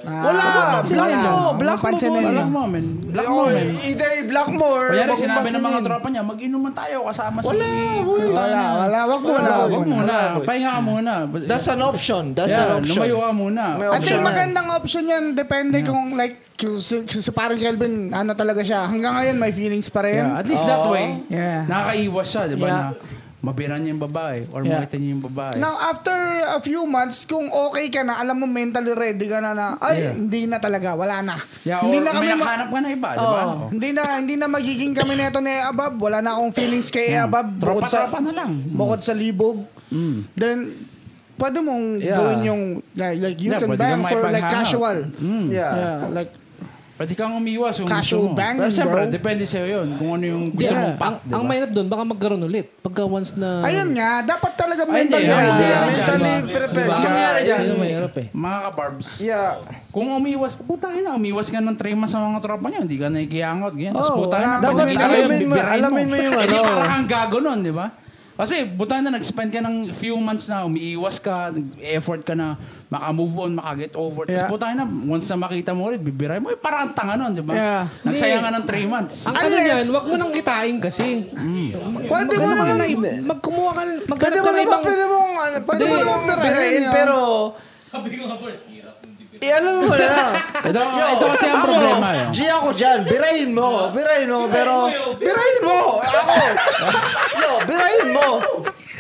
B: Ah,
D: Wala! Sila
B: wala.
D: mo! Black mo,
B: Mapansin na
D: boy.
B: yun.
A: Black mo, man. Black mo,
D: Or
A: man.
D: Either i-block mo or...
A: Kanyari,
D: wag mo
A: sinabi ng mga
D: pansinin.
A: tropa niya, mag-inuman tayo kasama si...
D: Wala, boy.
B: Wala, ano? wala. Wag muna.
A: Huwag muna.
D: boy.
A: Pahinga ka muna.
D: That's an option. That's
A: Yeah,
D: an option.
A: Lumayo ka muna.
D: May
B: I think
D: Option.
B: magandang option yan. Depende kung like, si, si, si parang Kelvin, ano talaga siya. Hanggang ngayon, may feelings pa rin.
A: Yeah, at least that way,
B: Yeah.
A: nakakaiwas siya, di ba?
B: Yeah.
A: Na mabira niya yung babae or
B: Yeah.
A: makita niya yung babae.
B: Now, after a few months, kung okay ka na, alam mo mentally ready ka na na, ay, hindi na talaga, wala na.
A: Yeah, or
B: hindi na
A: may diba?
B: ma-
A: nakahanap ka na iba, di ba? Oh.
B: Oo. hindi na hindi na magiging kami neto ni Abab. Wala na akong feelings kay
A: Mm.
B: Abab. Bukod sa
A: Tropa-tropa na lang.
B: Bukod sa libog. Then pwede mong
A: Mm. Yeah.
B: gawin yung like, like you
A: Yeah,
B: can
A: pwede
B: bang
A: kang
B: for like
A: maipaghanap. Mm.
B: casual.
D: Yeah.
B: Yeah, like
A: Pwede kang umiwas kung
B: Casual
A: gusto mo.
B: banging,
A: Pero siyempre,
B: bro.
A: depende sa'yo yun. Kung ano yung gusto
B: Yeah.
A: mong path, di ba?
C: Ang mahirap doon, baka magkaroon ulit. Pagka once na...
B: ayun nga, dapat
A: Ay,
B: talaga
A: hindi.
B: mentally
A: Ay, hindi. Ay,
B: ready. ka.
A: hindi. Diba?
D: Mentally prepared
A: Diba?
D: ka.
A: Ang nangyari dyan,
C: Ayun ang mahirap eh.
A: mga kabarbs,
D: Yeah.
A: kung umiwas ka, putang ina, umiwas ka ng 3 months sa mga tropa niyo, hindi ka nakikiangot, ganyan. Tapos
D: Oh,
B: Oo,
A: putang ina, pag
B: wala. Dapat
A: nakita ka yun,
D: alamin mo-
A: bibirahin
D: alamin mo yung
A: Eh, di
D: ano.
A: parang kang gago nun, di ba? Kasi butang na nag-spend ka ng few months na umiiwas ka, effort ka na maka-move on, maka-get over. Tapos
B: Yeah.
A: putang na, once na makita mo ulit, bibirahin mo. Eh, parang ang tanga nun, di ba?
B: Yeah.
A: Nagsayang ka ng 3 months.
C: Ang ano
B: Unless-
C: niyan, wag mo nang kitain kasi.
B: Pwede Ah, mo naman na
C: Magkumuha ka, maghanap
D: Pwede mo
C: ka na
D: naman,
C: ibang...
D: pwede mong, ano, pwede mo
B: Hindi.
D: naman
B: Pwede
D: pirahin,
B: yun.
D: pero... Sabi ko nga po, hirap hindi Alam mo na lang.
A: Ito, ito kasi ang problema. eh. Yun.
D: G ako dyan, birahin mo, birahin mo, pero... Birahin mo! Ako! Yo, birahin mo!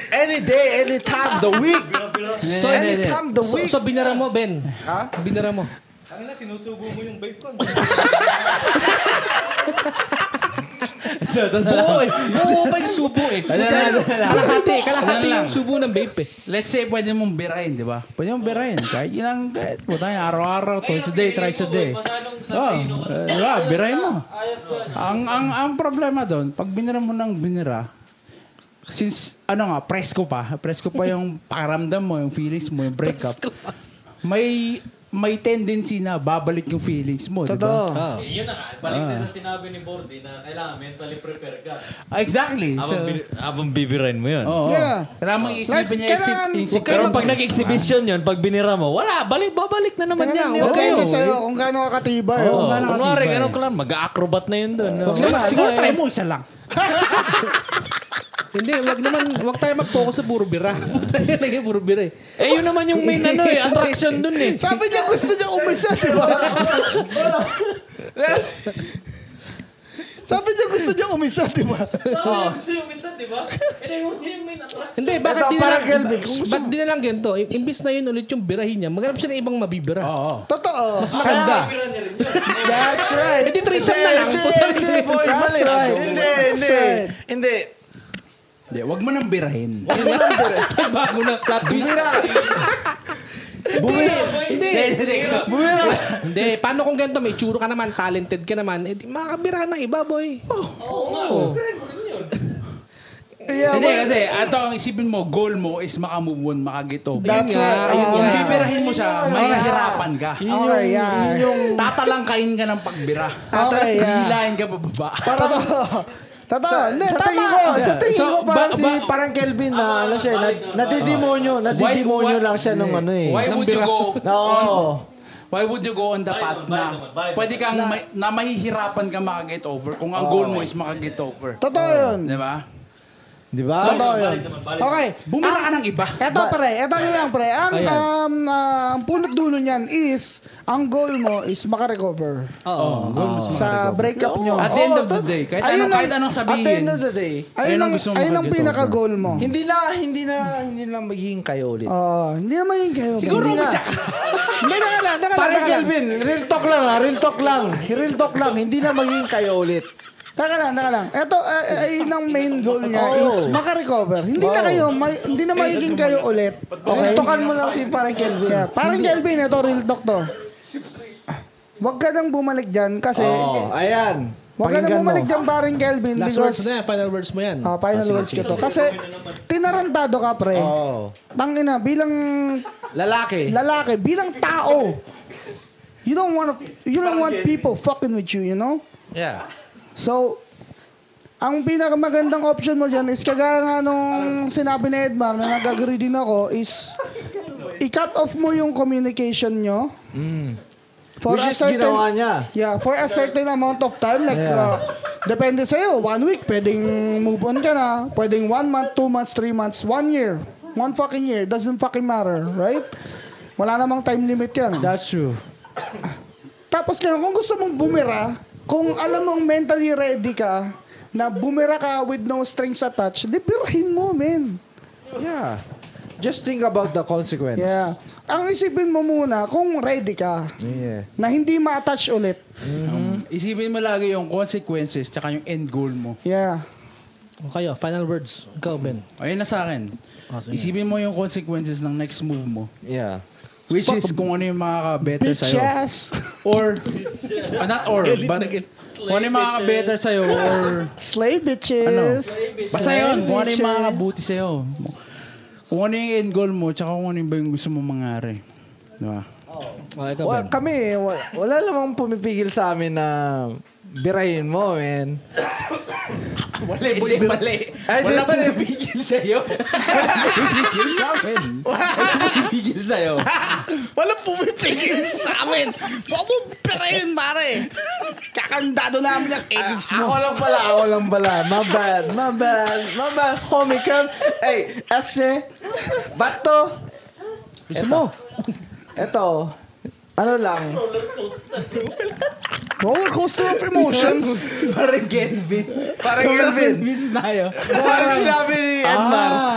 D: Any day, any time, the week!
A: Eh,
C: So,
D: Any time, the
C: eh, so,
D: week!
C: so binara mo, Ben. Ha? Binara mo.
E: Ang ina, sinusubo mo yung vape ko.
C: Buo eh. Buo pa yung subo eh. Kalahati, kalahati yung subo ng vape eh.
A: Let's say pwede mong birahin, di ba? Pwede mong birahin. Kahit ilang, kahit po tayo, araw-araw, twice a day, thrice a day. Oh, eh, di ba? Birahin mo. Ang, ang, ang problema doon, pag binira mo ng binira, since, ano nga, presko pa. Presko pa yung pakiramdam mo, yung feelings mo, yung breakup. May, may tendency na babalik yung feelings mo, di
B: Totoo.
A: ba?
J: Eh, yun na nga. Balik na sa sinabi ni Bordy na kailangan mentally prepare ka.
A: Ah, Exactly. So,
J: Abang, bi- abang bibirain mo yun.
A: oo.
B: Yeah.
A: Kailangan mong isipin niya, isip,
B: kailangan-
A: isip.
J: Oh. Pero pag nag-exhibition yun, pag binira mo, wala, balik, babalik na naman niya. Huwag
B: Okay,
J: kayo.
B: okay sa'yo kung gaano ka katibay.
J: Oo,
B: oh.
J: kunwari,
C: eh.
J: ganun ka lang, mag-acrobat na yun doon. no?
A: Siguro, siguro try mo isa lang.
C: Hindi, wag naman, wag tayo mag-focus sa puro bira. Puta yun, naging puro bira eh.
J: Eh, yun naman yung main ano eh, attraction doon eh.
B: Sabi niya gusto niya umisa, di ba? Sabi niya gusto niya umisa, di ba?
J: yung isa, di ba? Eh, yun yung main attraction.
C: Hindi, bakit
D: Ito,
C: di
D: parang
C: nalang,
D: Kelvin, kung gusto
C: ba't di nalang ganito? I- Imbis na yun ulit yung birahin niya, maghanap siya ng ibang mabibira.
A: Oo.
B: Totoo.
C: Mas maganda.
B: That's right.
C: Hindi, threesome na lang. Puta
D: Hindi, boy,
B: That's
D: mali.
B: right.
D: Hindi,
B: That's
D: hindi.
B: right.
D: Hindi.
A: Hindi, wag mo nang birahin.
C: Bago na flat twist. Hindi, hindi. Hindi, paano kung ganito, may tsuro ka naman, talented ka naman, eh, di makakabira na iba, boy.
B: Yeah,
A: Hindi
B: well,
A: kasi, ato ang isipin mo, goal mo is makamove on, makagit over.
B: That's right.
A: Kung
B: Oo nga.
A: bibirahin mo siya, may hirapan ka.
B: Okay, yeah.
A: Tatalangkain ka ng pagbira.
B: Okay, yeah.
A: Hilahin ka pababa.
B: Totoo. Totoo. Hindi,
D: Sa
B: tama.
D: tingin ko, sa tingin
A: So,
D: ko parang
A: ba-
D: si
A: ba-
D: parang Kelvin na ano siya, na, nadidemonyo, nadidemonyo
A: why-
D: lang siya nung ano eh.
A: Why would you go?
D: No.
A: Why would you go on the path na pwede kang may- na mahihirapan ka makaget over kung ang goal mo is makaget over? Oh, diba?
B: Totoo yun.
A: Di ba?
D: Di ba?
B: Totoo yun. Okay.
A: Bumira ka ng iba.
B: Eto pre, eto na lang pre. Ang, um, ah, ang punot dulo niyan is, ang goal mo is makarecover.
A: Oo.
B: Oh,
A: Goal mo is
B: Sa breakup nyo.
A: At the end
B: Oo,
A: of the
B: to-
A: day, kahit,
B: Ah, oh, ayun
A: anong, kahit
B: ang-
A: anong
D: At
A: sabihin,
D: the end of the day,
B: Ayun ang,
A: gusto mo
B: ayun ang
A: mag-get
B: pinaka-goal mo.
D: hindi na, hindi na, hindi na magiging kayo ulit.
B: Oo, oh, hindi naman yun kayo.
A: Siguro
B: Hindi na.
A: umisa
B: Hindi, teka lang, teka lang, teka
D: Parang
B: lang.
D: Kelvin, real talk lang ha, real talk lang. Real talk lang, hindi na magiging kayo ulit.
B: Taka lang, taka lang. Ito, eh, eh, yun ang main goal niya
D: Oo.
B: is makarecover. Hindi na
D: Wow.
B: kayo, may- hindi na magiging kayo ulit. Okay?
D: Tukan mo lang si parang Kelvin.
B: Yeah, parang Kelvin, ito, real talk to. Huwag ka nang bumalik dyan kasi...
D: Oo, ayan.
B: Huwag ka nang
D: Pakinggan mo.
B: bumalik dyan, parang Kelvin.
C: Last
B: because,
C: words na yan. Final words mo yan.
B: Ah, final words ko to. Kasi tinarantado ka, pre.
D: Oo.
B: Tangina, bilang
D: Lalaki.
B: lalaki, bilang tao. You don't want you don't want people fucking with you, you know?
D: Yeah.
B: So, ang pinakamagandang option mo dyan is kagaya nga nung sinabi ni Edmar na nag-agree din ako is i-cut off mo yung communication nyo for
D: Mm. Which
B: a
D: is
B: certain,
D: ginawa niya.
B: Yeah, for a certain amount of time. Like, uh,
D: Yeah.
B: depende sa'yo. One week, pwedeng move on ka na. Pwedeng one month, two months, three months, one year. One fucking year. Doesn't fucking matter, right? Wala namang time limit yan.
A: That's true.
B: Tapos lang, kung gusto mong bumira, kung alam mong mentally ready ka, na bumira ka with no strings attached, di birahin mo, men.
D: Yeah. Just think about the consequence.
B: Yeah. Ang isipin mo muna, kung ready ka,
D: Yeah.
B: na hindi ma-attach ulit.
A: um, Isipin mo lagi yung consequences tsaka yung end goal mo.
B: Yeah.
C: Kayo, final words. Ikaw, Ben.
A: Ayun na sa akin. Isipin mo yung consequences ng next move mo.
D: Yeah.
A: Which is kung ano yung makaka-better
B: Bitch
A: sa'yo.
B: ass.
A: Or, ah, not or, but kung ano yung makaka-better sa'yo or
B: Slay bitches.
A: basta yun, kung ano yung makakabuti sa'yo. Kung ano yung end goal mo tsaka kung ano yung ba yung gusto mo mangyari. Diba?
C: Ah, ikaw,
D: Wa-
C: Ben.
D: kami, wala, wala namang pumipigil sa amin na birahin mo, man.
A: Mali, mali, mali.
D: Ay, di ba?
A: pumipigil sa'yo.
J: Pigil sa'yo.
B: Walang pumipigil sa amin. Huwag mo pirahin, pare. Kakandado namin ang edits
C: Ah,
B: mo.
D: Ah, Ako lang pala, ako lang pala. My bad, my bad, my bad. Homie, come. Hey, Ashe, ba't to? Gusto mo? Eto, ano lang.
B: Roller coaster of emotions.
A: Parang Kelvin.
D: Parang Kelvin.
A: Vince Nayo.
D: Parang sinabi ni Edmar.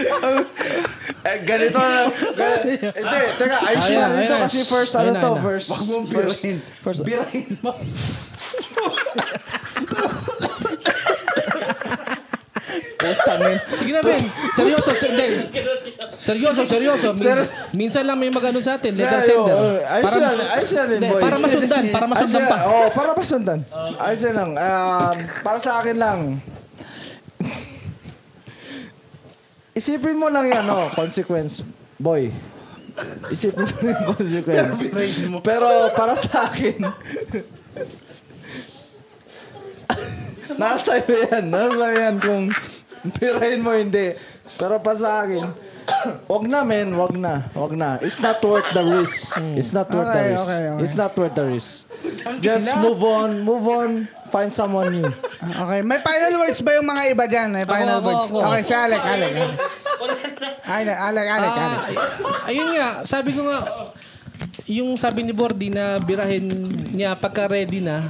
D: Eh, ganito na. gan- Ito eh, teka, ayun siya
C: Ayan,
D: dito
C: ayan.
D: kasi first,
C: Ayan
D: ano
C: na,
D: to,
C: ayan na.
D: first.
A: Huwag mong
D: first-
A: birahin.
D: First,
A: Birahin mo.
C: Sige na, Ben. Seryoso. Ser- hindi. seryoso, seryoso. Minsan, minsan lang may mag-ano sa atin. Letter
D: Ayun,
C: sender.
D: oh, Ayun
C: Para-
D: sila, ayun sila din,
C: Hindi,
D: boy.
C: para masundan, para masundan pa.
D: Oo, oh, para masundan. Ayun sila lang. Um, para sa akin lang. Isipin mo lang yan, oh, consequence, boy. Isipin mo yung consequence. Pero para sa akin, nasa iyo yan. Nasa iyo yan kung pirahin mo hindi. Pero pa sa akin, wag na men, wag na, wag na. It's not worth the risk. It's not worth the
B: Okay,
D: risk.
B: okay, okay.
D: It's not worth the risk. Just move on, move on. Find someone new.
B: Okay, may final words ba yung mga iba dyan? May final
C: ako,
B: words.
C: ako.
B: Okay, si Alec, Alec. Alec, Alec, Alec, Alec.
C: Ayun nga, sabi ko nga, yung sabi ni Bordy na birahin niya pagka ready na,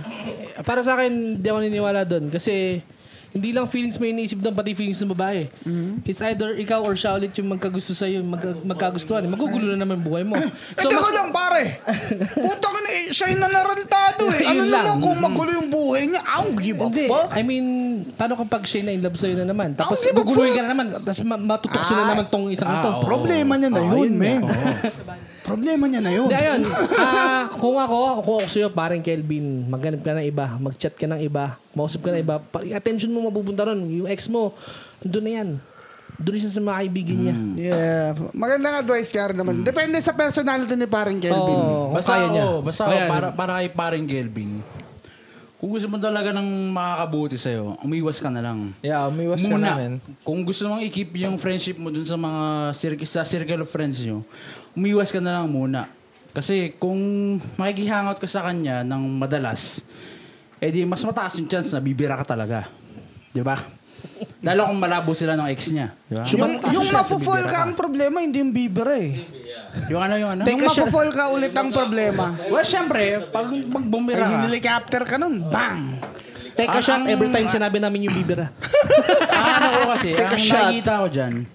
C: para sa akin, di ako niniwala doon. Kasi, hindi lang feelings may iniisip doon, pati feelings ng babae. It's either ikaw or siya ulit yung magkagusto sa'yo, magka- magkagustuhan. Magugulo na naman buhay mo.
B: So, Teka ko lang pare. Puta ka na, eh, siya yung nanarantado eh.
C: Yun
B: Ano na
C: lang.
B: lang kung magulo yung buhay niya? I don't give a
C: Hindi.
B: fuck.
C: I mean, paano kapag siya na in love sa'yo na naman? Tapos
B: give a
C: guguluhin
B: fuck.
C: ka na naman. Tapos ma- matutukso na naman tong isang to.
B: Problema niya na yun, men. Problema niya na yun.
C: Hindi, ayun. Ah, kung ako, kung ako sa'yo, parang Kelvin, maghanap ka ng iba, mag-chat ka ng iba, mausap ka ng iba, pa- attention mo mapupunta ron. Yung ex mo, doon na yan. Doon siya sa mga kaibigan niya.
B: Hmm. Yeah. Magandang advice ka rin naman. Depende sa personality ni parang Kelvin.
C: Oo,
A: Basta
C: kaya niya.
A: ako, basta ako,
C: Kaya niya.
A: para, para kay paring Gelbin. Kung gusto mo talaga ng makakabuti sa'yo, umiwas ka na lang.
D: Yeah, umiwas ka
A: Muna,
D: na men.
A: kung gusto mong i-keep yung friendship mo dun sa mga cir- sa circle of friends nyo, umiwas ka na lang muna. Kasi kung makikihangout ka sa kanya ng madalas, edi mas mataas yung chance na bibira ka talaga. Di ba? Lalo kung malabo sila ng ex niya. Di ba?
B: Yung,
A: Mataas chance
B: yung
A: na
B: mapufall
A: bibira
B: ka ang problema, hindi yung bibira eh.
A: Yung ano, yung ano?
B: Yung mapufall ka ulit ang problema.
A: Well, syempre, pag, pag bumira
B: Ay,
A: ka,
B: hinilikapter ka nun. Bang!
C: Take a
A: Ang-
C: shot
A: ang- Ah,
C: every time sinabi namin yung bibira.
A: ang ano ko kasi, ang nakikita ko dyan,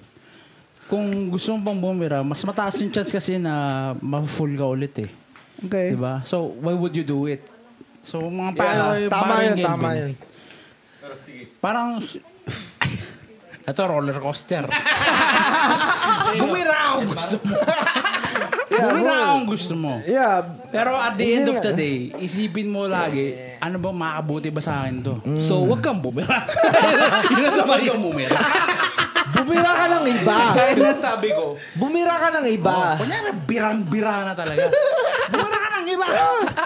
A: kung gusto mong pang bumira, mas mataas yung chance kasi na ma-full ka ulit eh.
B: Okay.
A: Diba? So, why would you do it? So, mga paano
D: Yeah,
A: yung
D: tama
A: parang
D: yun,
A: Kelvin?
D: tama yun.
A: Parang, ito roller coaster. bumira ang gusto mo. bumira ang gusto mo.
D: Yeah.
A: Pero at the end of the day, isipin mo lagi, ano ba makakabuti ba sa akin to? So, wag kang bumira. Yun ang sabi ko bumira.
D: Bumira ka ng iba.
A: Kaya na sabi ko,
D: Bumira ka ng iba.
A: kunyari birang-bira na talaga. Bumira ka ng iba.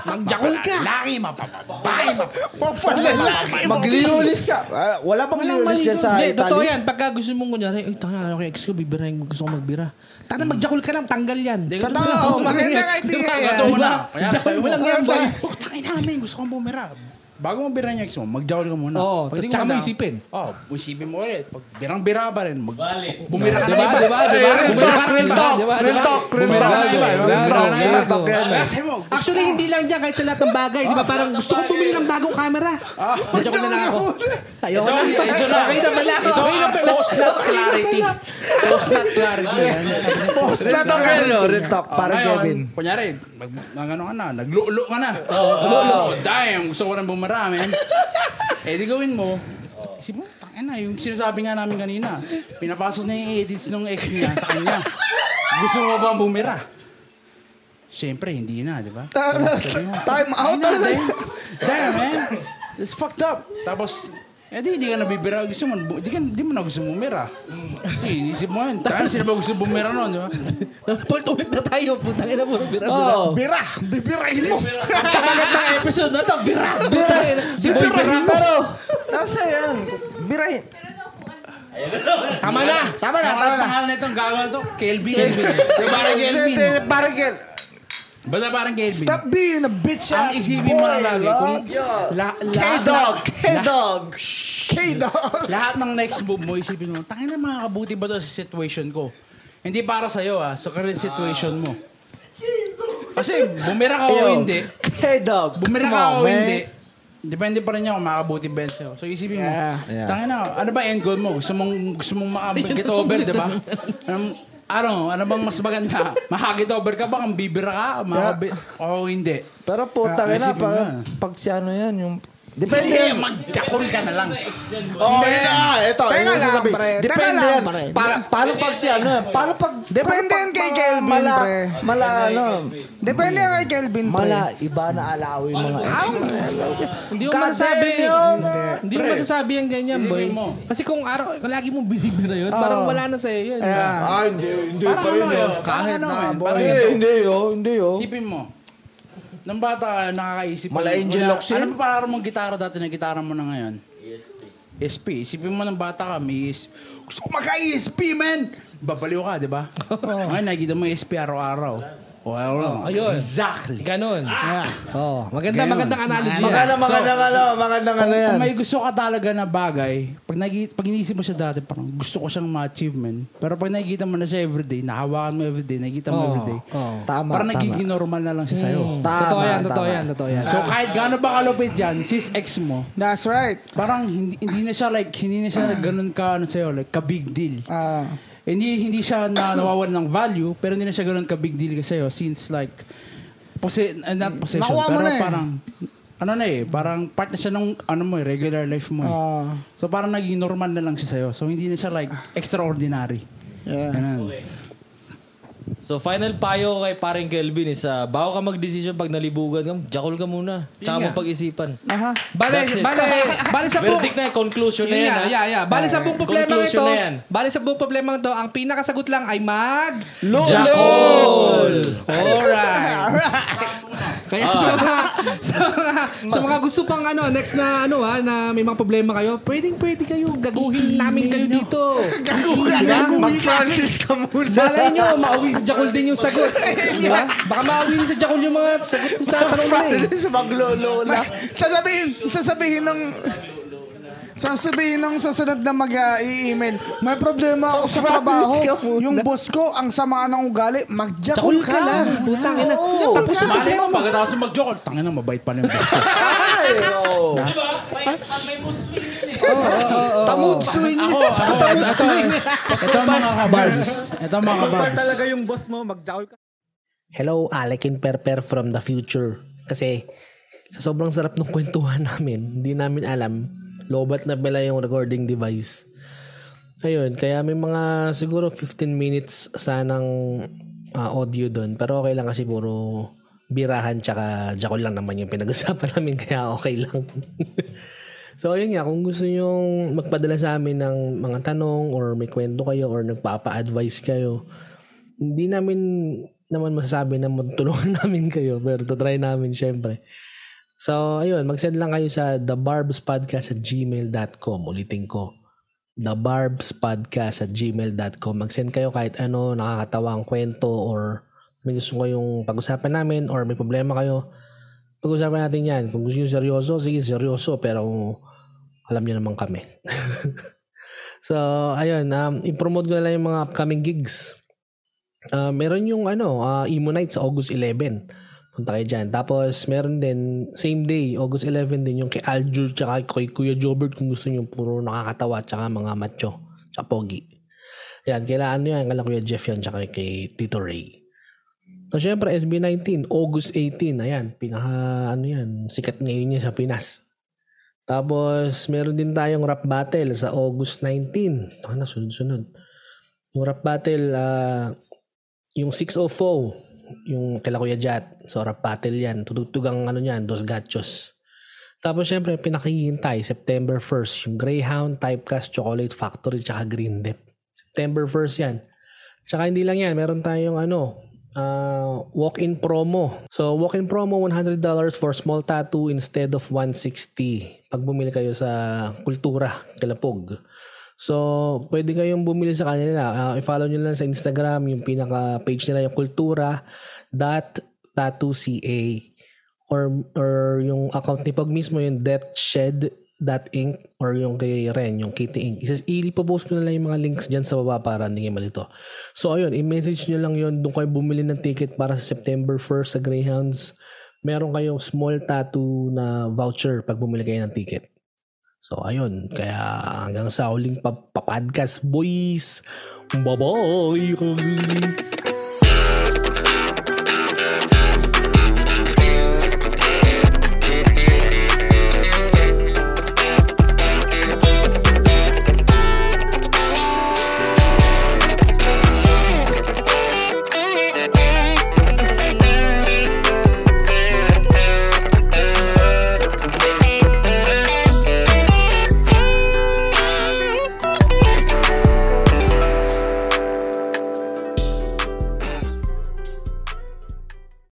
A: Magjakol ka. Laki, mapapabae, mapapabae.
B: Mapalalaki mo.
D: Maglilinis ka. Ah, wala bang linis dyan sa
C: Hindi, totoo
D: Italy?
C: yan. Pagka gusto mong kunyari, ay, tanga na, okay, ex ko, bibirahin ko, gusto ko magbira. Tanga, magjakol ka lang, tanggal yan.
B: Totoo, magandang idea yan.
A: Totoo na. Kaya
C: Jakol
A: sabi
C: mo
A: mo
C: lang
A: lang
C: yan,
A: yan,
C: boy.
A: Putangin namin, gusto kong bumira. Bago mo birahin yung ex mo, mag-jowl ka muna.
C: Oo,
A: Pagdating
C: tsaka mo
A: down-
C: isipin.
A: Oo, oh, isipin mo ulit. Pag birang-bira pa rin, mag
J: Bali.
A: bumira ka na
C: Diba,
A: iba.
C: diba, diba?
A: Bumira ka na
C: Real
A: iba.
C: talk, real talk, real
A: Bumira ka
C: talk.
A: na iba.
C: Real
A: Bumira
C: talk,
A: ka na
C: real
A: iba.
C: talk.
A: Kasi mo,
C: Actually, hindi lang dyan kahit sa lahat ng bagay. Di ba parang gusto kong bumili ng bagong camera. Nandiyan ko na lang ako. Ayoko na.
A: Ito na.
C: Okay na pala ako.
A: Ito ang post not clarity. Post not clarity.
D: Post na to, Kelvin. Retalk, para
A: Ah, Ngayon,
D: Kevin.
A: Kunyari, mag, mag, ano ka na, naglulo ka na. Oo, oh, damn, gusto ko rin bumarami. eh di gawin mo, isip mo, tangin na, yung sinasabi nga namin kanina, pinapasok niya yung edits ng ex niya sa kanya. Gusto mo ba bumira? Siyempre, hindi na, di ba? Ano,
B: Time out.
A: Ayun na, damn. eh? Damn, man. It's fucked up. Tapos, eh di, di ka nabibira. Gusto mo, bu- di, ka, di mo na gusto bumira. Kasi inisip mo yun. Tahan sila ba gusto bumira nun, di ba?
C: Napult ulit na tayo. Putang ina mo. Bira, bira.
J: Oo.
B: Bira, bibirahin mo.
C: Kapagod na episode na to. Bira. Bira.
D: Bibirahin mo. Nasa yan. Birahin.
C: Tama na.
B: Tama na, tama
A: Ang
B: na.
A: pangalan na itong gagawa to, Kelvin. Yung parang Kelvin.
D: Parang Kelvin.
A: Basta parang Kelvin.
B: Stop being a bitch
A: Ang
B: ass
A: isipin mo lang
B: boy,
A: lagi
B: Lods.
A: kung la, la,
D: K-Dog.
A: la-
D: K-Dog.
B: K-Dog.
A: lahat ng next move mo, isipin mo, tangin na makakabuti ba to sa situation ko? Hindi para sa'yo ah, sa current situation mo. Kasi bumira ka o hindi,
D: K-Dog.
A: bumira ka
D: Come
A: o
D: on, man.
A: hindi, depende pa rin niya kung makakabuti ba yan sa'yo. So isipin mo,
D: Yeah.
A: tangin na, ano ba end goal mo? Gusto mong, gusto mong maka-get over, di ba? Anong, I don't know, ano bang mas maganda? Makaget over ka ba? Kang bibira ka? Makabi- O hindi.
D: Pero puta ka na,
A: isipin
D: pag,
A: mo na.
D: pag si ano yan, yung... Depende
A: Hindi,
D: yan.
A: magjakol ka na lang.
D: Oh, yeah, ito.
B: Teka
D: yun ang
B: lang,
D: sasabihin.
B: pre. Teka
D: Depende
B: lang,
D: yan.
B: pre.
D: Pa- paano pag si ano yan? Paano pag...
B: Depende
D: paano
B: yan
D: pag
B: kay
D: mga
B: Kelvin,
D: mala,
B: pre.
D: Mala, ano...
B: Depende yan kay Kelvin, pre.
D: Mala, iba na alawi yung mga ex.
C: Hindi mo
D: God
C: masasabi.
D: damn yun.
C: Hindi mo masasabi yung ganyan, boy.
A: Isipin mo.
C: Kasi kung araw, lagi mong binibira yun, parang wala na sa'yo yun.
D: Ah, hindi, hindi.
A: Parang ano yun? Kahit ano, eh, parang
D: Hindi,
A: ito.
D: hindi yun, hindi yun.
A: Isipin mo. Nang bata, nakakaisip.
D: Oh. Mala
A: wala-
D: Angel Locsin?
A: Ano ba parang mong gitara dati na gitara mo na ngayon? ESP. Isipin mo ng bata ka, may ESP. Gusto ko maka-ESP, man! Babaliw ka, di ba? Oh, Ngayon, nakikita mo ESP araw-araw. Oh, O, araw
D: Oh,
C: ayun.
A: Exactly.
C: Ganon. Oh, maganda,
A: Ganun.
C: magandang analogy. yan.
D: Maganda, maganda, ano, maganda, ano yan.
A: Kung may gusto ka talaga na bagay, pag, nagi, pag iniisip mo siya dati, parang gusto ko siyang ma-achieve, man. Pero pag nakikita mo na siya everyday, nahawakan mo everyday, nakikita mo
C: Oo,
A: everyday,
C: oo.
A: parang
D: Tama, Oh, tama. Hmm.
A: nagiging normal na lang siya sa'yo.
D: Tama,
C: totoo yan, totoo
D: tama.
C: yan, totoo yan.
A: So kahit gaano ba kalupit yan, sis ex mo,
B: That's right.
A: parang hindi, hindi na siya like, hindi na siya ganun ka, ano sa'yo, like, ka big deal.
B: Ah,
A: Hindi, hindi siya na nawawalan ng value, pero hindi na siya ganun ka big deal ka sa'yo since like, posi- uh, not possession,
B: Nakuha mo
A: pero
B: na eh.
A: parang, ano na eh, parang part na siya ng, ano mo eh, regular life mo eh.
B: ah,
A: So parang naging normal na lang siya sa'yo. So hindi na siya like extraordinary.
B: yeah.
A: Ganun.
J: So final payo ko kay paring Kelvin is ah, bago ka magdesisyon pag nalibugan ka, jakol ka muna. Tsaka mo pag-isipan.
B: Aha.
C: Bale,
J: That's it.
C: bale, bale sa buong...
J: Verdict na yan, conclusion na
C: Yun
J: yan.
C: nga,
J: ah.
C: yeah, yeah. Bale sa buong problema
J: Conclusion
C: ito,
J: na yan.
C: bale sa buong problema ito, ang pinakasagot lang ay mag...
J: Jackal!
C: Alright. Kaya
J: Ah.
C: sa mga, sa mga, sa mga gusto pang ano, next na ano ha, na may mga problema kayo, pwedeng pwede kayo, gaguhin namin kayo dito. Diba?
B: Gaguhan,
D: Mag-Francis ka muna.
C: Malay nyo, mauwi sa Jackal din yung sagot. Di ba? Baka mauwi sa Jackal yung mga sagot sa tanong na eh.
D: Francis, maglolo na.
B: Sasabihin, sasabihin ng... Sasabihin ng susunod na mag-i-email, may problema ako sa trabaho.
D: ka muna.
B: Yung boss ko, ang sama ng ugali,
C: Jakul
B: magjakol ka lang.
C: Putang ina.
B: Tapos
A: So,
B: ang
A: malay
B: problema
A: mo,
B: mo.
A: pagkatapos yung mag-joke, tangin na, mabait pa na yung boss.
D: Ay, oo.
J: Diba? May, may mood swing yun eh.
N: Tamud swing.
O: Ako,
N: Tamud swing.
P: Ito ang mga kabars. Ito ang mga kabars.
Q: talaga yung boss mo, mag-jowl ka.
C: Hello, Alec and Perper from the future. Kasi sa sobrang sarap ng kwentuhan namin, hindi namin alam. Lobat na pala yung recording device. Ayun, kaya may mga siguro 15 minutes sanang ah, audio doon. Pero okay lang kasi puro birahan tsaka jakol lang naman yung pinag-usapan namin. Kaya okay lang. so ayun nga, kung gusto nyong magpadala sa amin ng mga tanong or may kwento kayo or nagpapa-advise kayo, hindi namin naman masasabi na matulungan namin kayo pero tatry namin syempre. So, ayun, mag-send lang kayo sa thebarbspodcast at gmail.com. Ulitin ko, thebarbspodcast at gmail.com. Mag-send kayo kahit ano, nakakatawa ang kwento or may gusto kayong pag-usapan namin or may problema kayo. Pag-usapan natin yan. Kung gusto nyo seryoso, sige seryoso pero alam nyo naman kami. so, ayun, um, i-promote ko na lang yung mga upcoming gigs. Ah, meron yung ano, ah, Emo Night sa August 11. Punta kayo dyan. Tapos meron din, same day, August 11 din, yung kay Aljur tsaka kay Kuya Jobert kung gusto nyo puro nakakatawa tsaka mga macho. Tsaka pogi. Yan, kailangan nyo yan. Kailangan Kuya Jeff yan tsaka kay Tito Ray. So syempre, SB19, August 18. Ayan, pinaka ano yan, sikat ngayon yan sa Pinas. Tapos, meron din tayong rap battle sa August 19. Ano, sunod-sunod. Yung rap battle, ah, yung 604, yung kila Kuya Jat, so rap battle yan. Tutugtugang ano yan, Dos Gachos. Tapos syempre, pinakihintay, September 1st, yung Greyhound, Typecast, Chocolate Factory, tsaka Green Dep. September 1st yan. Tsaka hindi lang yan, meron tayong ano, ah, walk-in promo. So, walk-in promo, $100 for small tattoo instead of $160 pag bumili kayo sa Kultura, Kalapog. So, pwede kayong bumili sa kanila. Ah, i-follow nyo lang sa Instagram, yung pinaka-page nila, yung kultura.tattooca or, or yung account ni Pog mismo, yung deathshed.inc or yung kay Ren, yung Kitty Inc. Isas, ilipopost ko na lang yung mga links dyan sa baba para hindi kayo malito. So, ayun, i-message nyo lang yon Doon kayo bumili ng ticket para sa September 1st sa Greyhounds. Meron kayong small tattoo na voucher pag bumili kayo ng ticket. So, ayun. Kaya hanggang sa huling pa- pa-podcast, boys. Bye-bye.